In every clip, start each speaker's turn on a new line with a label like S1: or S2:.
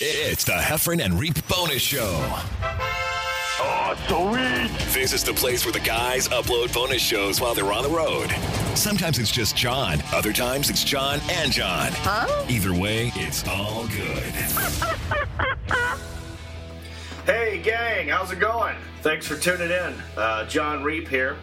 S1: It's the Heffern and Reap bonus show.
S2: Oh, sweet!
S1: This is the place where the guys upload bonus shows while they're on the road. Sometimes it's just John, other times it's John and John. Huh? Either way, it's all good.
S3: Hey, gang, how's it going? Thanks for tuning in. Uh, John Reap here.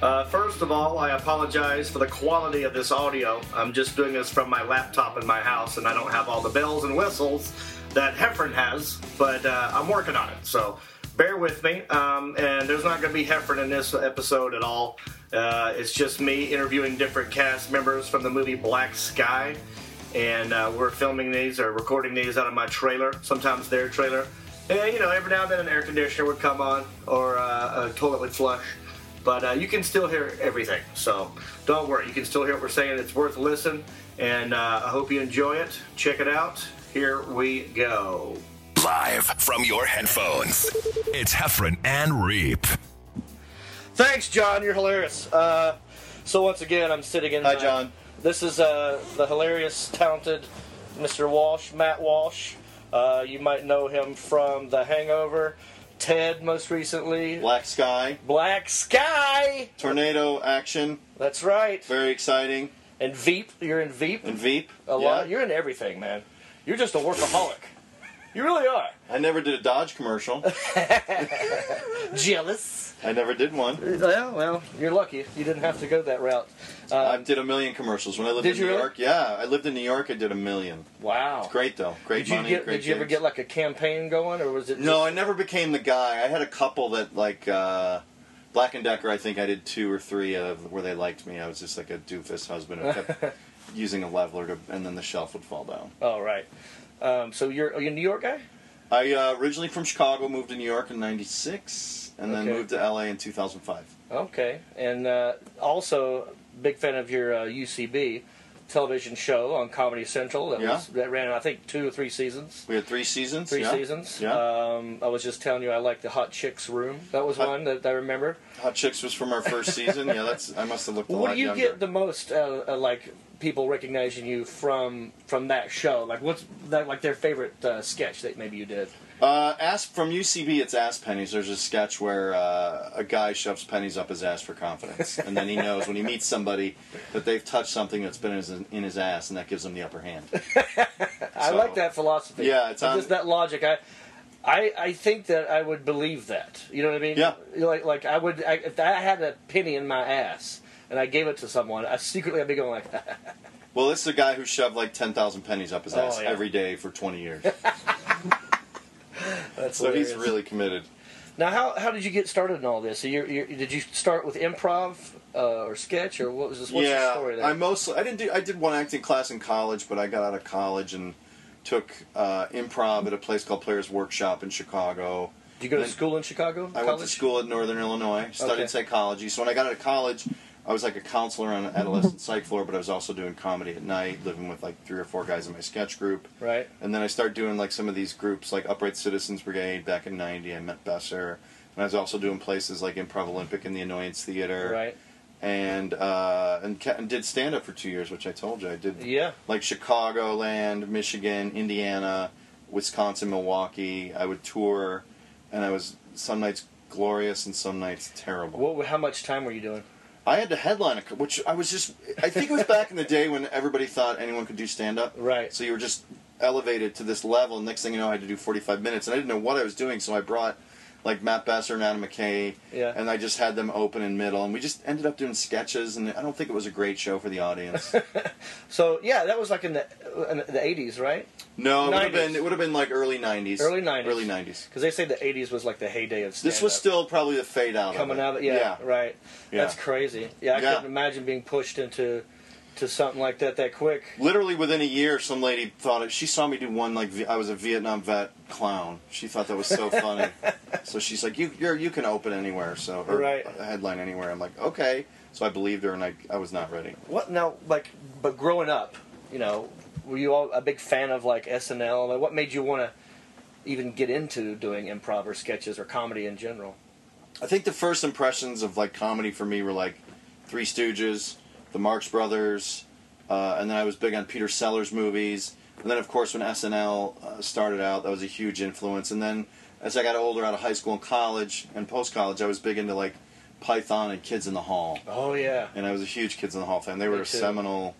S3: Uh, first of all, I apologize for the quality of this audio. I'm just doing this from my laptop in my house, and I don't have all the bells and whistles that Heffron has, but uh, I'm working on it, so bear with me. Um, and there's not going to be Heffron in this episode at all. Uh, it's just me interviewing different cast members from the movie Black Sky and uh, we're filming these or recording these out of my trailer, sometimes their trailer. And you know, every now and then an air conditioner would come on or uh, a toilet would flush, but uh, you can still hear everything. So don't worry, you can still hear what we're saying. It's worth a listen, and uh, I hope you enjoy it. Check it out. Here we go.
S1: Live from your headphones, it's Heffron and Reap.
S3: Thanks, John. You're hilarious. Uh, so once again, I'm sitting in.
S4: Hi, John.
S3: This is uh, the hilarious, talented Mr. Walsh, Matt Walsh. Uh, you might know him from The Hangover, Ted, most recently,
S4: Black Sky,
S3: Black Sky.
S4: tornado action,
S3: That's right.
S4: very exciting.
S3: And Veep. You're in Veep
S4: And Veep.
S3: a lot. You're in everything, man. You're just a workaholic. You really are.
S4: I never did a Dodge commercial.
S3: Jealous.
S4: I never did one.
S3: Well, well, you're lucky. You didn't have to go that route.
S4: I did a million commercials when I lived
S3: Uh, Did you
S4: in New
S3: really?
S4: York. Yeah, I lived in New York. I did a million.
S3: Wow.
S4: Great though. Great
S3: Did you
S4: money.
S3: get?
S4: great
S3: Did you ever
S4: gigs.
S3: get like a campaign going, or was it?
S4: No, I never became the guy. I had a couple that like uh, Black and Decker. I think I did two or three of where they liked me. I was just like a doofus husband who kept using a leveler to, and then the shelf would fall down.
S3: Oh right. Um, so you're are you a New York guy?
S4: I uh, originally from Chicago, moved to New York in '96, and then
S3: Okay.
S4: moved to LA in 2005.
S3: Okay, and uh, also big fan of your uh, UCB television show on Comedy Central that
S4: Yeah.
S3: was that ran I think two or three seasons.
S4: We had three seasons.
S3: Three
S4: yeah.
S3: seasons.
S4: Yeah.
S3: Um, I was just telling you I liked the Hot Chicks Room. That was
S4: Hot-
S3: one that I remember.
S4: Hot Chicks was from our first season. Yeah, that's I must have looked a
S3: what
S4: lot
S3: do you
S4: younger.
S3: get the most uh, uh, like people recognizing you from from that show? Like what's that like their favorite uh, sketch that maybe you did?
S4: uh, ass from UCB. It's ass pennies. There's a sketch where uh, a guy shoves pennies up his ass for confidence, and then he knows when he meets somebody that they've touched something that's been in his, in his ass, and that gives him the upper hand.
S3: I
S4: So-
S3: like that philosophy.
S4: Yeah, it's on-
S3: just that logic. I, I, I think that I would believe that. You know what I mean?
S4: Yeah.
S3: Like, like I would. I, if I had a penny in my ass and I gave it to someone, I secretly I'd be going like,
S4: Well, this is a guy who shoved like ten thousand pennies up his
S3: Oh,
S4: ass
S3: yeah.
S4: every day for twenty years,
S3: "That's."
S4: so he's
S3: hilarious.
S4: really committed.
S3: Now, how, how did you get started in all this? So you're, you're, did you start with improv uh, or sketch or what was this? What's
S4: yeah,
S3: the story there?
S4: I mostly I didn't do I did one acting class in college, but I got out of college and took uh, improv at a place called Players Workshop in Chicago.
S3: did you go to
S4: then-
S3: school in Chicago?
S4: I went to
S3: college?
S4: school at Northern Illinois, studied
S3: Okay.
S4: psychology. So when I got out of college, I was like a counselor on an adolescent psych floor, but I was also doing comedy at night, living with like three or four guys in my sketch group.
S3: Right.
S4: And then I started doing like some of these groups, like Upright Citizens Brigade back in '90. I met Besser, and I was also doing places like Improv Olympic and the Annoyance Theater,
S3: Right.
S4: And uh, and, ca- and did stand up for two years, which I told you I did.
S3: Yeah.
S4: Like Chicagoland, Michigan, Indiana, Wisconsin, Milwaukee. I would tour, and I was some nights glorious and some nights terrible.
S3: What? How much time were you doing?
S4: I had to headline a, co- which I was just. I think it was back in the day when everybody thought anyone could do stand up.
S3: Right.
S4: So you were just elevated to this level. and Next thing you know, I had to do 45 minutes, and I didn't know what I was doing. So I brought like Matt Besser and Adam McKay,
S3: Yeah.
S4: and I just had them open and middle, and we just ended up doing sketches. And I don't think it was a great show for the audience.
S3: So yeah, that was like in the in the eighties, right?
S4: no, it would have
S3: 90s.
S4: been it would have been like early 90s.
S3: Early 90s.
S4: Early 90s.
S3: Because they say the '80s was like the heyday of stand
S4: This was still probably the fade out.
S3: coming
S4: of it.
S3: out. Of, yeah, right.
S4: Yeah.
S3: That's crazy. Yeah, I
S4: Yeah.
S3: couldn't imagine being pushed into to something like that that quick.
S4: Literally within a year, some lady thought it. She saw me do one like V- I was a Vietnam vet clown. She thought that was so funny. so she's like, "You you're, you can open anywhere, so or
S3: Right.
S4: a headline anywhere." I'm like, "Okay." So I believed her, and I I was not ready.
S3: What now? Like, but growing up, you know, were you all a big fan of like SNL? Like, what made you want to even get into doing improv or sketches or comedy in general?
S4: I think the first impressions of like comedy for me were like Three Stooges, The Marx Brothers, uh, and then I was big on Peter Sellers movies. And then, of course, when SNL uh, started out, that was a huge influence. And then, as I got older, out of high school and college and post college, I was big into like Python and Kids in the Hall.
S3: Oh yeah.
S4: And I was a huge Kids in the Hall fan. They were
S3: Me
S4: a
S3: too.
S4: seminal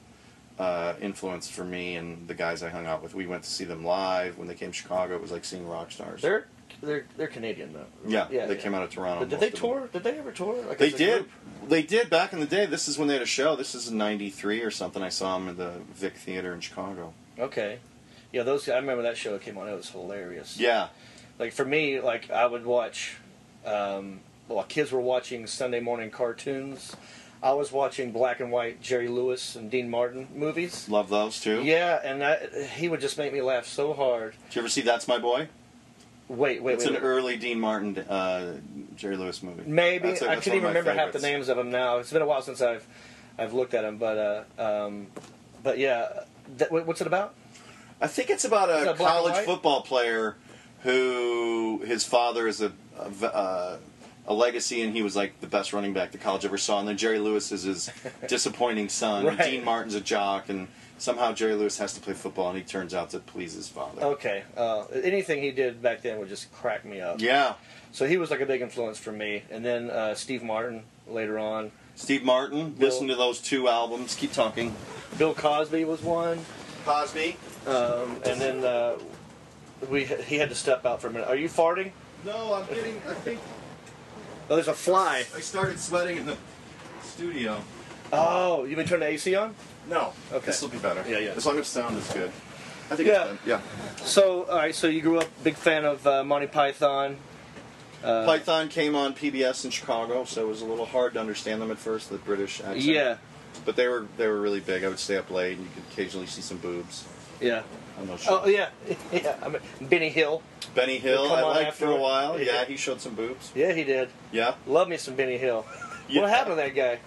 S4: uh, influence for me and the guys I hung out with. We went to see them live when they came to Chicago. It was like seeing rock stars.
S3: They're they're they're Canadian though.
S4: yeah, they came out of Toronto.
S3: But did
S4: most
S3: they
S4: of them.
S3: tour? Did they ever tour? Like,
S4: They
S3: as a
S4: did.
S3: group?
S4: They did back in the day. This is when they had a show. This is in '93 or something. I saw them at the Vic Theater in Chicago.
S3: Okay. Yeah, those. I remember that show that came on. It was hilarious.
S4: Yeah,
S3: Like for me, like I would watch. Um, well, kids were watching Sunday morning cartoons. I was watching black and white Jerry Lewis and Dean Martin movies.
S4: love those too.
S3: Yeah, and that, he would just make me laugh so hard.
S4: Did you ever see That's My Boy?
S3: Wait, wait,
S4: It's
S3: wait.
S4: an early Dean Martin, uh, Jerry Lewis movie.
S3: Maybe
S4: That's a-
S3: I
S4: that's
S3: can't even
S4: one of my
S3: remember half the names
S4: favorites.
S3: of them now. It's been a while since I've I've looked at them, but uh, um, but yeah, that, what- what's it about?
S4: I think it's about a
S3: Is that black and
S4: college
S3: white?
S4: football player who his father is a a, v- uh, a legacy, and he was like the best running back the college ever saw. And then Jerry Lewis is his disappointing son. and
S3: Right.
S4: Dean Martin's a jock, and somehow Jerry Lewis has to play football, and he turns out to please his father.
S3: Okay, uh, anything he did back then would just crack me up.
S4: Yeah,
S3: So he was like a big influence for me, and then uh, Steve Martin later on.
S4: Steve Martin. Listen to those two albums. Keep talking.
S3: Bill Cosby was one,
S4: Cosby.
S3: um, and then uh, we he had to step out for a minute. Are you farting?
S4: No, I'm getting. I think
S3: Oh, there's a fly.
S4: I started sweating in the studio.
S3: Oh, you been turning the AC on?
S4: No.
S3: Okay.
S4: This will be better.
S3: Yeah, yeah.
S4: As long as sound is good. I think
S3: Yeah.
S4: it's good. Yeah.
S3: So, all right. So you grew up big fan of uh, Monty Python.
S4: Python came on PBS in Chicago, so it was a little hard to understand them at first, the British accent.
S3: Yeah,
S4: But they were they were really big. I would stay up late, and you could occasionally see some boobs
S3: yeah.
S4: on those shows.
S3: Oh yeah, yeah. I mean, Benny Hill.
S4: Benny Hill,
S3: They'll come
S4: I
S3: on
S4: liked for a
S3: afterward.
S4: while.
S3: Yeah.
S4: Yeah. he showed some boobs.
S3: Yeah, he did.
S4: Yeah.
S3: Love me some Benny Hill.
S4: Yeah.
S3: What happened to that guy?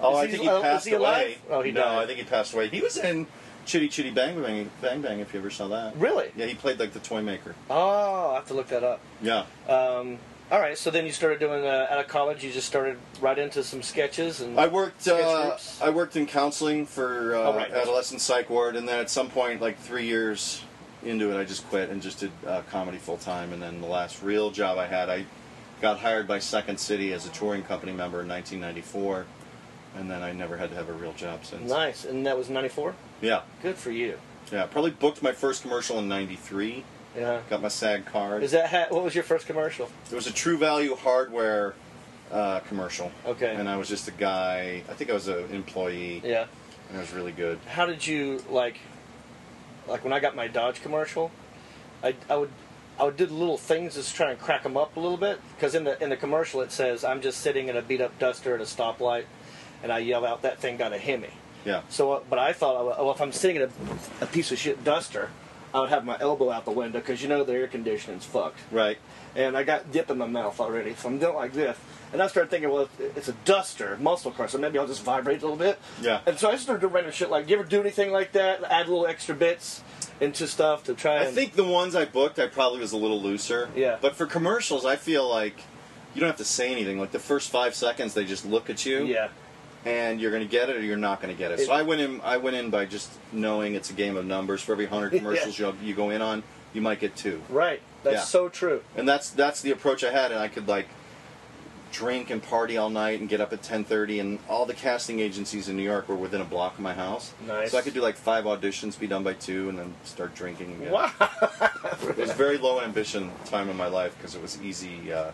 S4: Oh,
S3: Is
S4: I
S3: he-
S4: think he
S3: oh, is
S4: passed
S3: he alive?
S4: away.
S3: Oh, he
S4: no,
S3: died.
S4: I think he passed away. He was in Chitty Chitty Bang Bang, Bang Bang. If you ever saw that.
S3: Really?
S4: Yeah, he played like the toy maker.
S3: Oh, I have to look that up.
S4: Yeah.
S3: Um, all right. So then you started doing uh, out of college. You just started right into some sketches and
S4: I worked.
S3: sketch
S4: Uh,
S3: groups?
S4: I worked in counseling for uh,
S3: Oh, right.
S4: adolescent psych ward, and then at some point, like three years into it, I just quit and just did uh, comedy full time. And then the last real job I had, I got hired by Second City as a touring company member in 1994, and then I never had to have a real job since.
S3: nice. And that was '94.
S4: Yeah,
S3: Good for you.
S4: yeah. Probably booked my first commercial in '93.
S3: Yeah.
S4: Got my SAG card.
S3: Is that ha- what was your first commercial?
S4: There was a True Value Hardware uh, commercial.
S3: Okay.
S4: And I was just a guy. I think I was an employee.
S3: Yeah.
S4: And it was really good.
S3: how did you like like when I got my Dodge commercial, I, I would I would do the little things just try and crack them up a little bit because in the in the commercial it says I'm just sitting in a beat up duster at a stoplight, and I yell out that thing got a Hemi.
S4: Yeah.
S3: So, uh, but I thought, oh, well, if I'm sitting in a, a piece of shit duster, I would have my elbow out the window because you know the air conditioning's fucked
S4: Right.
S3: and I got dip in my mouth already, so I'm doing like this. And I started thinking, well, it's a duster, muscle car, so maybe I'll just vibrate a little bit.
S4: Yeah.
S3: And so I started doing random shit like, you ever do anything like that? Add little extra bits into stuff to try.
S4: I
S3: and,
S4: think the ones I booked, I probably was a little looser.
S3: Yeah.
S4: But for commercials, I feel like you don't have to say anything. Like the first five seconds, they just look at you.
S3: Yeah.
S4: And you're gonna get it, or you're not gonna get it.
S3: It-
S4: so I went in. I went in by just knowing it's a game of numbers. For every hundred commercials you, you go in on, you might get two.
S3: Right. That's
S4: Yeah.
S3: so true.
S4: and that's that's the approach I had, and I could like drink and party all night and get up at 10:30 and all the casting agencies in New York were within a block of my house.
S3: Nice.
S4: So I could do like five auditions, be done by 2 and then start drinking again.
S3: Wow.
S4: It was very low ambition time in my life because it was easy uh,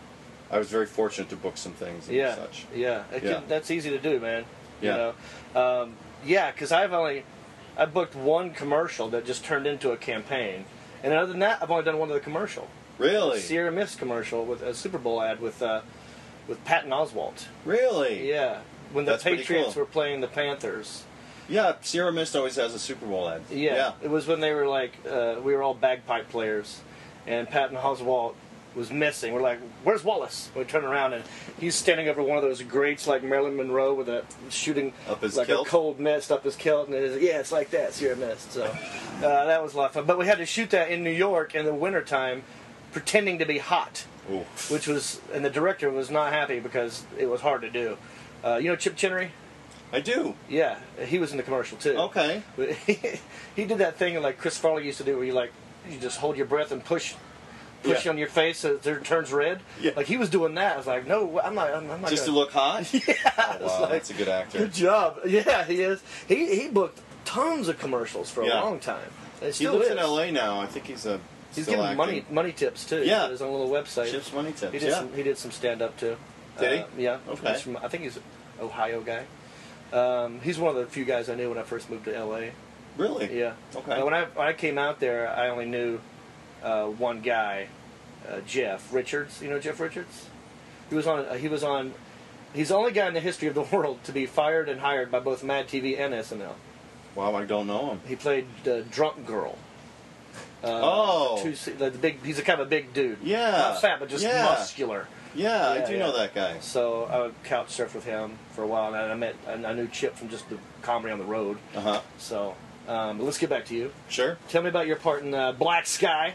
S4: I was very fortunate to book some things and
S3: Yeah.
S4: such.
S3: Yeah. It can-
S4: Yeah.
S3: That's easy to do, man.
S4: Yeah.
S3: You know? um, yeah, because I've only I booked one commercial that just turned into a campaign, and other than that, I've only done one other commercial.
S4: Really?
S3: Sierra Mist commercial with a Super Bowl ad with uh, with Patton Oswalt.
S4: really?
S3: Yeah, when the
S4: That's pretty
S3: Patriots
S4: cool.
S3: were playing the Panthers.
S4: Yeah, Sierra Mist always has a Super Bowl ad.
S3: Yeah, it was when they were like uh, we were all bagpipe players, and Patton Oswalt was missing. We're like, "Where's Wallace?" We turn around and he's standing over one of those grates like Marilyn Monroe with a shooting
S4: Up his
S3: like
S4: kilt?
S3: a cold mist up his kilt, and it's, yeah, it's like that Sierra Mist. So uh, that was a lot of fun. But we had to shoot that in New York in the wintertime, pretending to be hot.
S4: Ooh.
S3: which was and the director was not happy because it was hard to do. Uh, you know Chip Chinnery?
S4: I do.
S3: Yeah, he was in the commercial too.
S4: Okay.
S3: But he did that thing like Chris Farley used to do, where you like you just hold your breath and push, push
S4: Yeah.
S3: on your face so it turn- turns red.
S4: Yeah.
S3: Like he was doing that. I was like, no, I'm not. I'm, I'm not.
S4: Just to
S3: gonna-
S4: look hot? Yeah. wow,
S3: like-
S4: that's a good actor.
S3: Good job. Yeah, he is. He he booked tons of commercials for
S4: Yeah.
S3: a long time. And It
S4: He
S3: still
S4: lives
S3: is.
S4: in L.A. now. I think he's a.
S3: He's
S4: still
S3: giving
S4: acting.
S3: money money tips too. He's
S4: Yeah.
S3: got his own little website.
S4: Chips money tips.
S3: He did
S4: yeah.
S3: some. He did some stand up too.
S4: Did he?
S3: Uh, yeah.
S4: Okay.
S3: He's from- I think he's an Ohio guy. Um, he's one of the few guys I knew when I first moved to L.A.
S4: Really?
S3: Yeah.
S4: Okay.
S3: Uh, when I when I came out there, I only knew uh, one guy, uh, Jeff Richards. You know Jeff Richards? He was on. Uh, he was on. He's the only guy in the history of the world to be fired and hired by both Mad TV and SNL.
S4: Wow, I don't know him.
S3: He played uh, Drunk Girl.
S4: oh.
S3: Uh, Two, se- the big. He's a kind of a big dude.
S4: Yeah.
S3: Not fat, but just
S4: Yeah.
S3: muscular.
S4: yeah,
S3: Yeah,
S4: I do
S3: yeah.
S4: know that guy.
S3: So I would couch surfed with him for a while, and I met. And I knew Chip from just the comedy on the road.
S4: Uh huh.
S3: So um, let's get back to you.
S4: Sure.
S3: Tell me about your part in uh, Black Sky.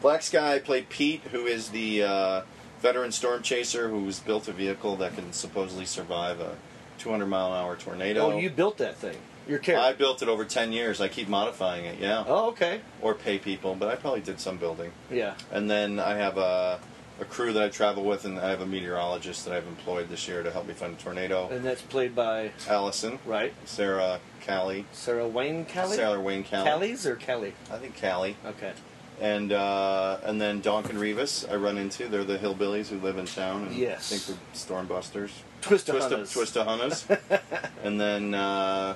S4: Black Sky played Pete, who is the uh, veteran storm chaser who's built a vehicle that can supposedly survive a 200 mile an hour tornado.
S3: Oh, you built that thing. Your character.
S4: I built it over 10 years. I keep modifying it, yeah.
S3: oh, okay.
S4: Or pay people, but I probably did some building.
S3: Yeah.
S4: And then I have a, a crew that I travel with, and I have a meteorologist that I've employed this year to help me find a tornado.
S3: And that's played by
S4: Allison,
S3: Uh, right
S4: Sarah Callie,
S3: Sarah Wayne Kelly.
S4: Sarah Wayne Callie.
S3: Kelly's or Kelly?
S4: I think Callie.
S3: Okay.
S4: and uh, and then Donkin Revis I run into. They're the hillbillies who live in town and
S3: Yes.
S4: think they're stormbusters.
S3: Twist of
S4: Twista,
S3: Hunters.
S4: Twista Hunters. and then uh,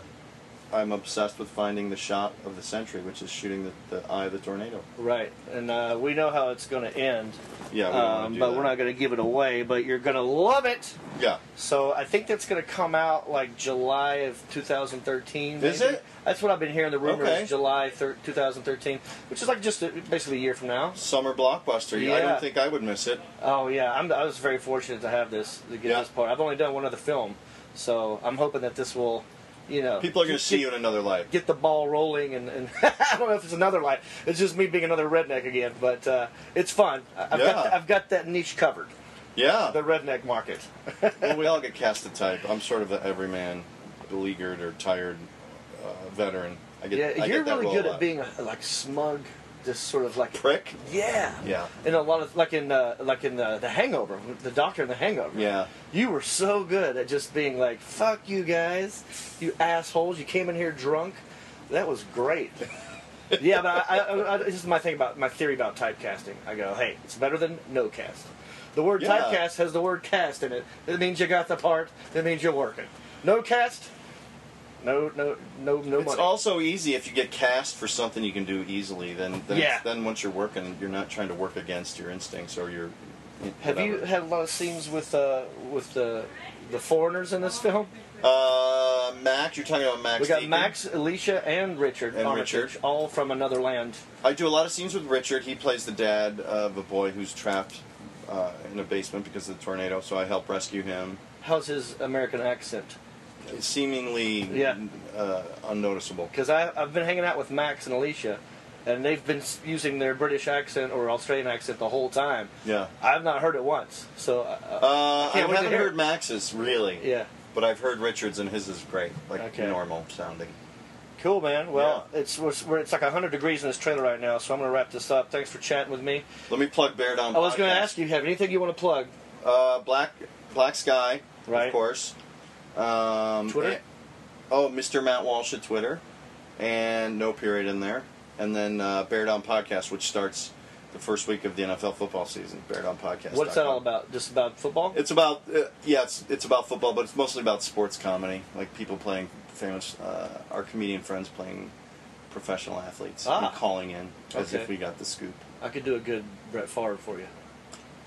S4: I'm obsessed with finding the shot of the century, which is shooting the, the eye of the tornado.
S3: Right, and uh, we know how it's going to end,
S4: Yeah, we don't wanna
S3: um,
S4: do
S3: but
S4: that.
S3: we're not going to give it away. But you're going to love it.
S4: Yeah,
S3: So I think that's going to come out like July of 2013.
S4: Is
S3: maybe.
S4: it?
S3: That's what I've been hearing. The rumor
S4: Okay.
S3: is July thir- 2013, which is like just a, basically a year from now.
S4: summer blockbuster. I
S3: Yeah.
S4: don't think I would miss it.
S3: Oh yeah, I'm, I was very fortunate to have this to get
S4: Yeah.
S3: this part. I've only done one other film, so I'm hoping that this will, you know,
S4: People are going to see you
S3: get,
S4: in another life.
S3: get the ball rolling. And, and I don't know if it's another life. It's just me being another redneck again, but uh, it's fun. I- I've, got,
S4: Yeah.
S3: I've got that niche covered, the
S4: Yeah.
S3: redneck market.
S4: well, we all get cast a type. I'm sort of the everyman, beleaguered or tired uh, veteran. I get.
S3: Yeah,
S4: I
S3: you're
S4: get that
S3: really
S4: role
S3: good
S4: a
S3: at
S4: lot.
S3: being a, like smug, just sort of like
S4: prick.
S3: yeah.
S4: Yeah.
S3: In a lot of like in uh, like in the, the Hangover, the Doctor in the Hangover.
S4: Yeah.
S3: You were so good at just being like, "Fuck you guys, you assholes! You came in here drunk." That was great. yeah, but I, I, I, this is my thing about my theory about typecasting. I go, "Hey, it's better than no cast." The word
S4: Yeah.
S3: typecast has the word cast in it. It means you got the part. It means you're working. No cast. No, no, no, no
S4: It's
S3: money.
S4: also easy if you get cast for something you can do easily. Then, then,
S3: Yeah.
S4: then once you're working, you're not trying to work against your instincts or your.
S3: Have you
S4: whatever.
S3: had a lot of scenes with uh, with the the foreigners in this film?
S4: Uh, Mac, you're talking about Max.
S3: We got
S4: Deacon?
S3: Max, Alicia, and Richard.
S4: And
S3: Armitage,
S4: Richard.
S3: all from another land.
S4: I do a lot of scenes with Richard. He plays the dad of a boy who's trapped uh, in a basement because of the tornado. So I help rescue him,
S3: How's his American accent?
S4: seemingly
S3: Yeah.
S4: uh, unnoticeable.
S3: Because I've been hanging out with Max and Alicia, and they've been s- using their British accent or Australian accent the whole time.
S4: Yeah.
S3: I've not heard it once. So, uh,
S4: Uh, I
S3: can't wait to
S4: haven't
S3: hear it.
S4: heard Max's really.
S3: yeah.
S4: But I've heard Richard's and his is great, like
S3: Okay.
S4: normal sounding.
S3: Cool, man. Well,
S4: Yeah.
S3: it's we're, we're, it's like 100 degrees in this trailer right now, so I'm going to wrap this up. Thanks for chatting with me.
S4: Let me plug Bear Down.
S3: I was going
S4: Podcast.
S3: to ask you, have anything you want to plug?
S4: Uh, Black Black Sky,
S3: Right.
S4: of course. Um,
S3: Twitter?
S4: eh, oh, Mr. Matt Walsh at Twitter, and no period in there, and then uh, Bear Down Podcast, which starts the first week of the NFL football season. Bear Down Podcast.
S3: What's that all about? Just about football?
S4: It's about uh, yeah, it's it's about football, but it's mostly about sports comedy, like people playing famous, uh, our comedian friends playing professional athletes
S3: Ah.
S4: and calling in as
S3: Okay.
S4: if we got the scoop.
S3: I could do a good Brett Favre for you.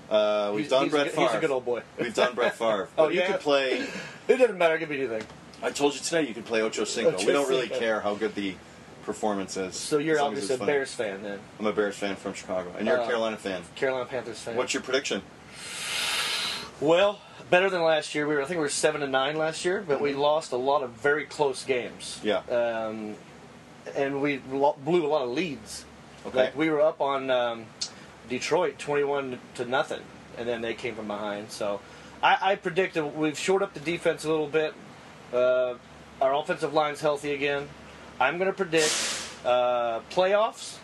S4: Uh, we've
S3: He's-
S4: done
S3: he's a
S4: Brett
S3: good-
S4: Favre.
S3: he's a good old boy.
S4: We've done Brett Favre.
S3: Oh,
S4: But you
S3: yeah?
S4: could play
S3: It doesn't matter. Give me anything.
S4: I told you today you can play Ocho Cinco.
S3: Ocho
S4: we don't really
S3: Cinco.
S4: care how good the performance is.
S3: So you're
S4: as long as
S3: obviously a
S4: it's funny.
S3: Bears fan then,
S4: I'm a Bears fan from Chicago, and you're
S3: Uh,
S4: a Carolina fan.
S3: Carolina Panthers fan.
S4: What's your prediction?
S3: Well, better than last year. We were, I think we were seven and nine last year, but we lost a lot of very close games.
S4: Mm-hmm. Yeah.
S3: Um, and we lo- blew a lot of leads.
S4: Okay.
S3: Like we were up on um, Detroit twenty-one to nothing, and then they came from behind. So I, I predict that we've shored up the defense a little bit. Uh, our offensive line's healthy again. I'm going to predict uh, playoffs,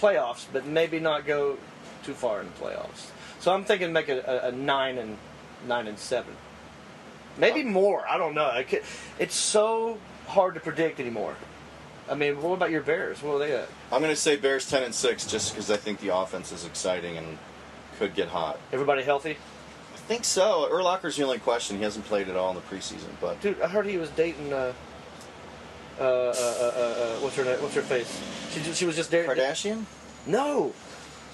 S3: playoffs, but maybe not go too far in the playoffs. So I'm thinking make a, a, a nine and nine and seven, maybe more. I don't know. I ca- It's so hard to predict anymore. I mean, what about your Bears? What are they at?
S4: I'm going to say Bears 10 and 6 just because I think the offense is exciting and could get hot.
S3: Everybody healthy?
S4: I think so. Urlacher's the only question. He hasn't played at all in the preseason, but
S3: Dude, I heard he was dating. Uh, uh, uh, uh, uh, what's her name? What's her face? She, ju- she was just dating.
S4: Kardashian?
S3: No,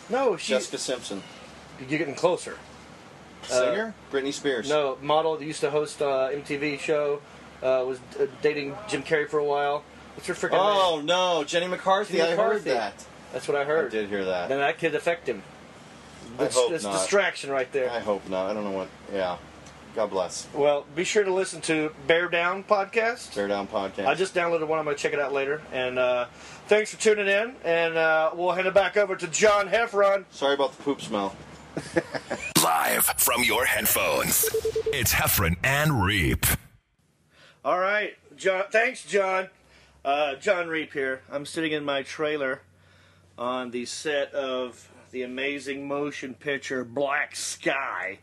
S3: no, she.
S4: Jessica Simpson.
S3: You're getting closer.
S4: Singer? Britney Spears.
S3: Uh, No, model that used to host uh, MTV show uh, was uh, dating Jim Carrey for a while. What's her freaking name?
S4: Oh, no. Jenny McCarthy.
S3: Jenny
S4: I
S3: McCarthy.
S4: heard that.
S3: That's what I heard.
S4: I did hear that.
S3: Then that could affect him.
S4: I
S3: That's,
S4: hope
S3: that's
S4: not.
S3: distraction right there.
S4: I hope not. I don't know what. Yeah. God bless.
S3: Well, be sure to listen to Bear Down podcast.
S4: Tear Down Podcast.
S3: I just downloaded one. I'm going to check it out later. And uh, thanks for tuning in. And uh, we'll hand it back over to John Heffron.
S4: Sorry about the poop smell.
S1: Live from your headphones, it's Heffron and Reap.
S3: All right, John. Thanks, John. Uh, John Reap here. I'm sitting in my trailer on the set of the amazing motion picture Black Sky,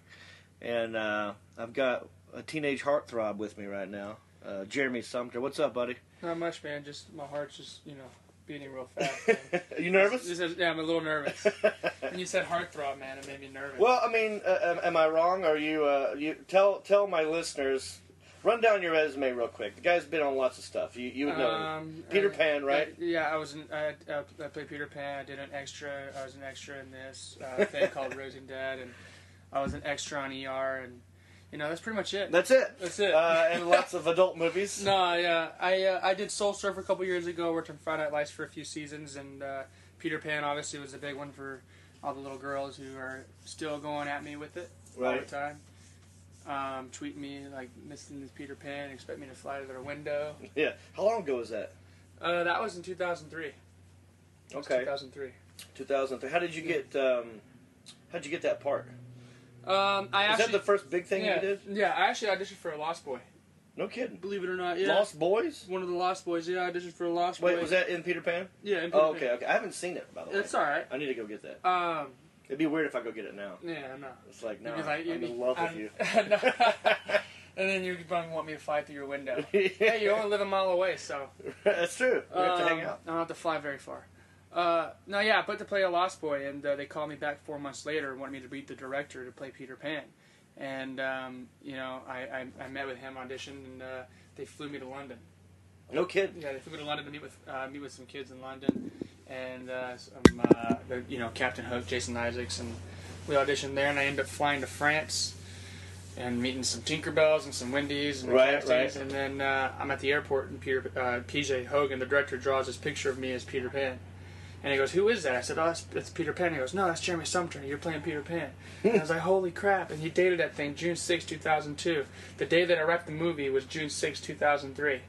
S3: and uh, I've got a teenage heartthrob with me right now, uh, Jeremy Sumter. What's up, buddy?
S5: Not much, man. Just my heart's just you know beating real fast. Man.
S3: Are you nervous?
S5: This is- yeah, I'm a little nervous. when you said heartthrob, man, it made me nervous.
S3: Well, I mean, uh, am, am I wrong? Are you? Uh, you tell tell my listeners. Run down your resume real quick. The guy's been on lots of stuff. You you would know. Peter
S5: uh,
S3: Pan, right?
S5: uh, yeah, I was. In, I, I, I played Peter Pan. I did an extra. I was an extra in this uh, thing called Raising Dead, and I was an extra on ER, and you know that's pretty much it.
S3: That's it.
S5: That's it.
S3: Uh, and lots of adult movies.
S5: no, yeah, I uh, I did Soul Surfer a couple years ago. Worked on Friday Night Lights for a few seasons, and uh, Peter Pan obviously was a big one for all the little girls who are still going at me with it all
S3: Right.
S5: the time. Um, tweet me like missing this Peter Pan, expect me to fly to their window.
S3: Yeah. How long ago was that?
S5: Uh, that was in 2003. That was
S3: Okay.
S5: 2003.
S3: 2003. How did you get? Um, how'd you get that part?
S5: Um, I
S3: Is
S5: actually
S3: that the first big thing
S5: yeah,
S3: you did?
S5: Yeah, I actually auditioned for a Lost Boy.
S3: No kidding.
S5: Believe it or not, yeah.
S3: Lost Boys.
S5: One of the Lost Boys. Yeah, I auditioned for a Lost
S3: Wait,
S5: Boy.
S3: was that in Peter Pan?
S5: Yeah. in Peter
S3: Oh,
S5: Pan.
S3: okay, okay. I haven't seen it by the way.
S5: It's all right.
S3: I need to go get that.
S5: Um,
S3: It'd be weird if I go get it now.
S5: yeah, no.
S3: It's like no,
S5: You'd be like,
S3: I'm
S5: you'd be-
S3: in love with
S5: I'm-
S3: you.
S5: No. and then you're going to want me to fly through your window. Hey, you only live a mile away, so
S3: That's true. We have to
S5: um,
S3: hang out.
S5: I don't have to fly very far. Uh, no, yeah, I put to play a Lost Boy, and uh, they called me back four months later and wanted me to be the director to play Peter Pan. And um, you know, I, I, I met with him, auditioned, and uh, they flew me to London.
S3: No kidding.
S5: Yeah, they flew me to London to meet with uh, meet with some kids in London, and uh, some, uh, the- you know Captain Hook, Jason Isaacs, and we auditioned there, and I ended up flying to France, and meeting some Tinkerbells and some Wendy's and
S3: Right,
S5: Captains,
S3: right.
S5: and then uh, I'm at the airport and Peter uh, PJ Hogan, the director, draws this picture of me as Peter Pan. And he goes, "Who is that?" I said, "Oh, that's, that's Peter Pan." He goes, "No, that's Jeremy Sumter. You're playing Peter Pan." And I was like, "Holy crap!" And he dated that thing June 6, 2002. The day that I wrapped the movie was June 6, 2003.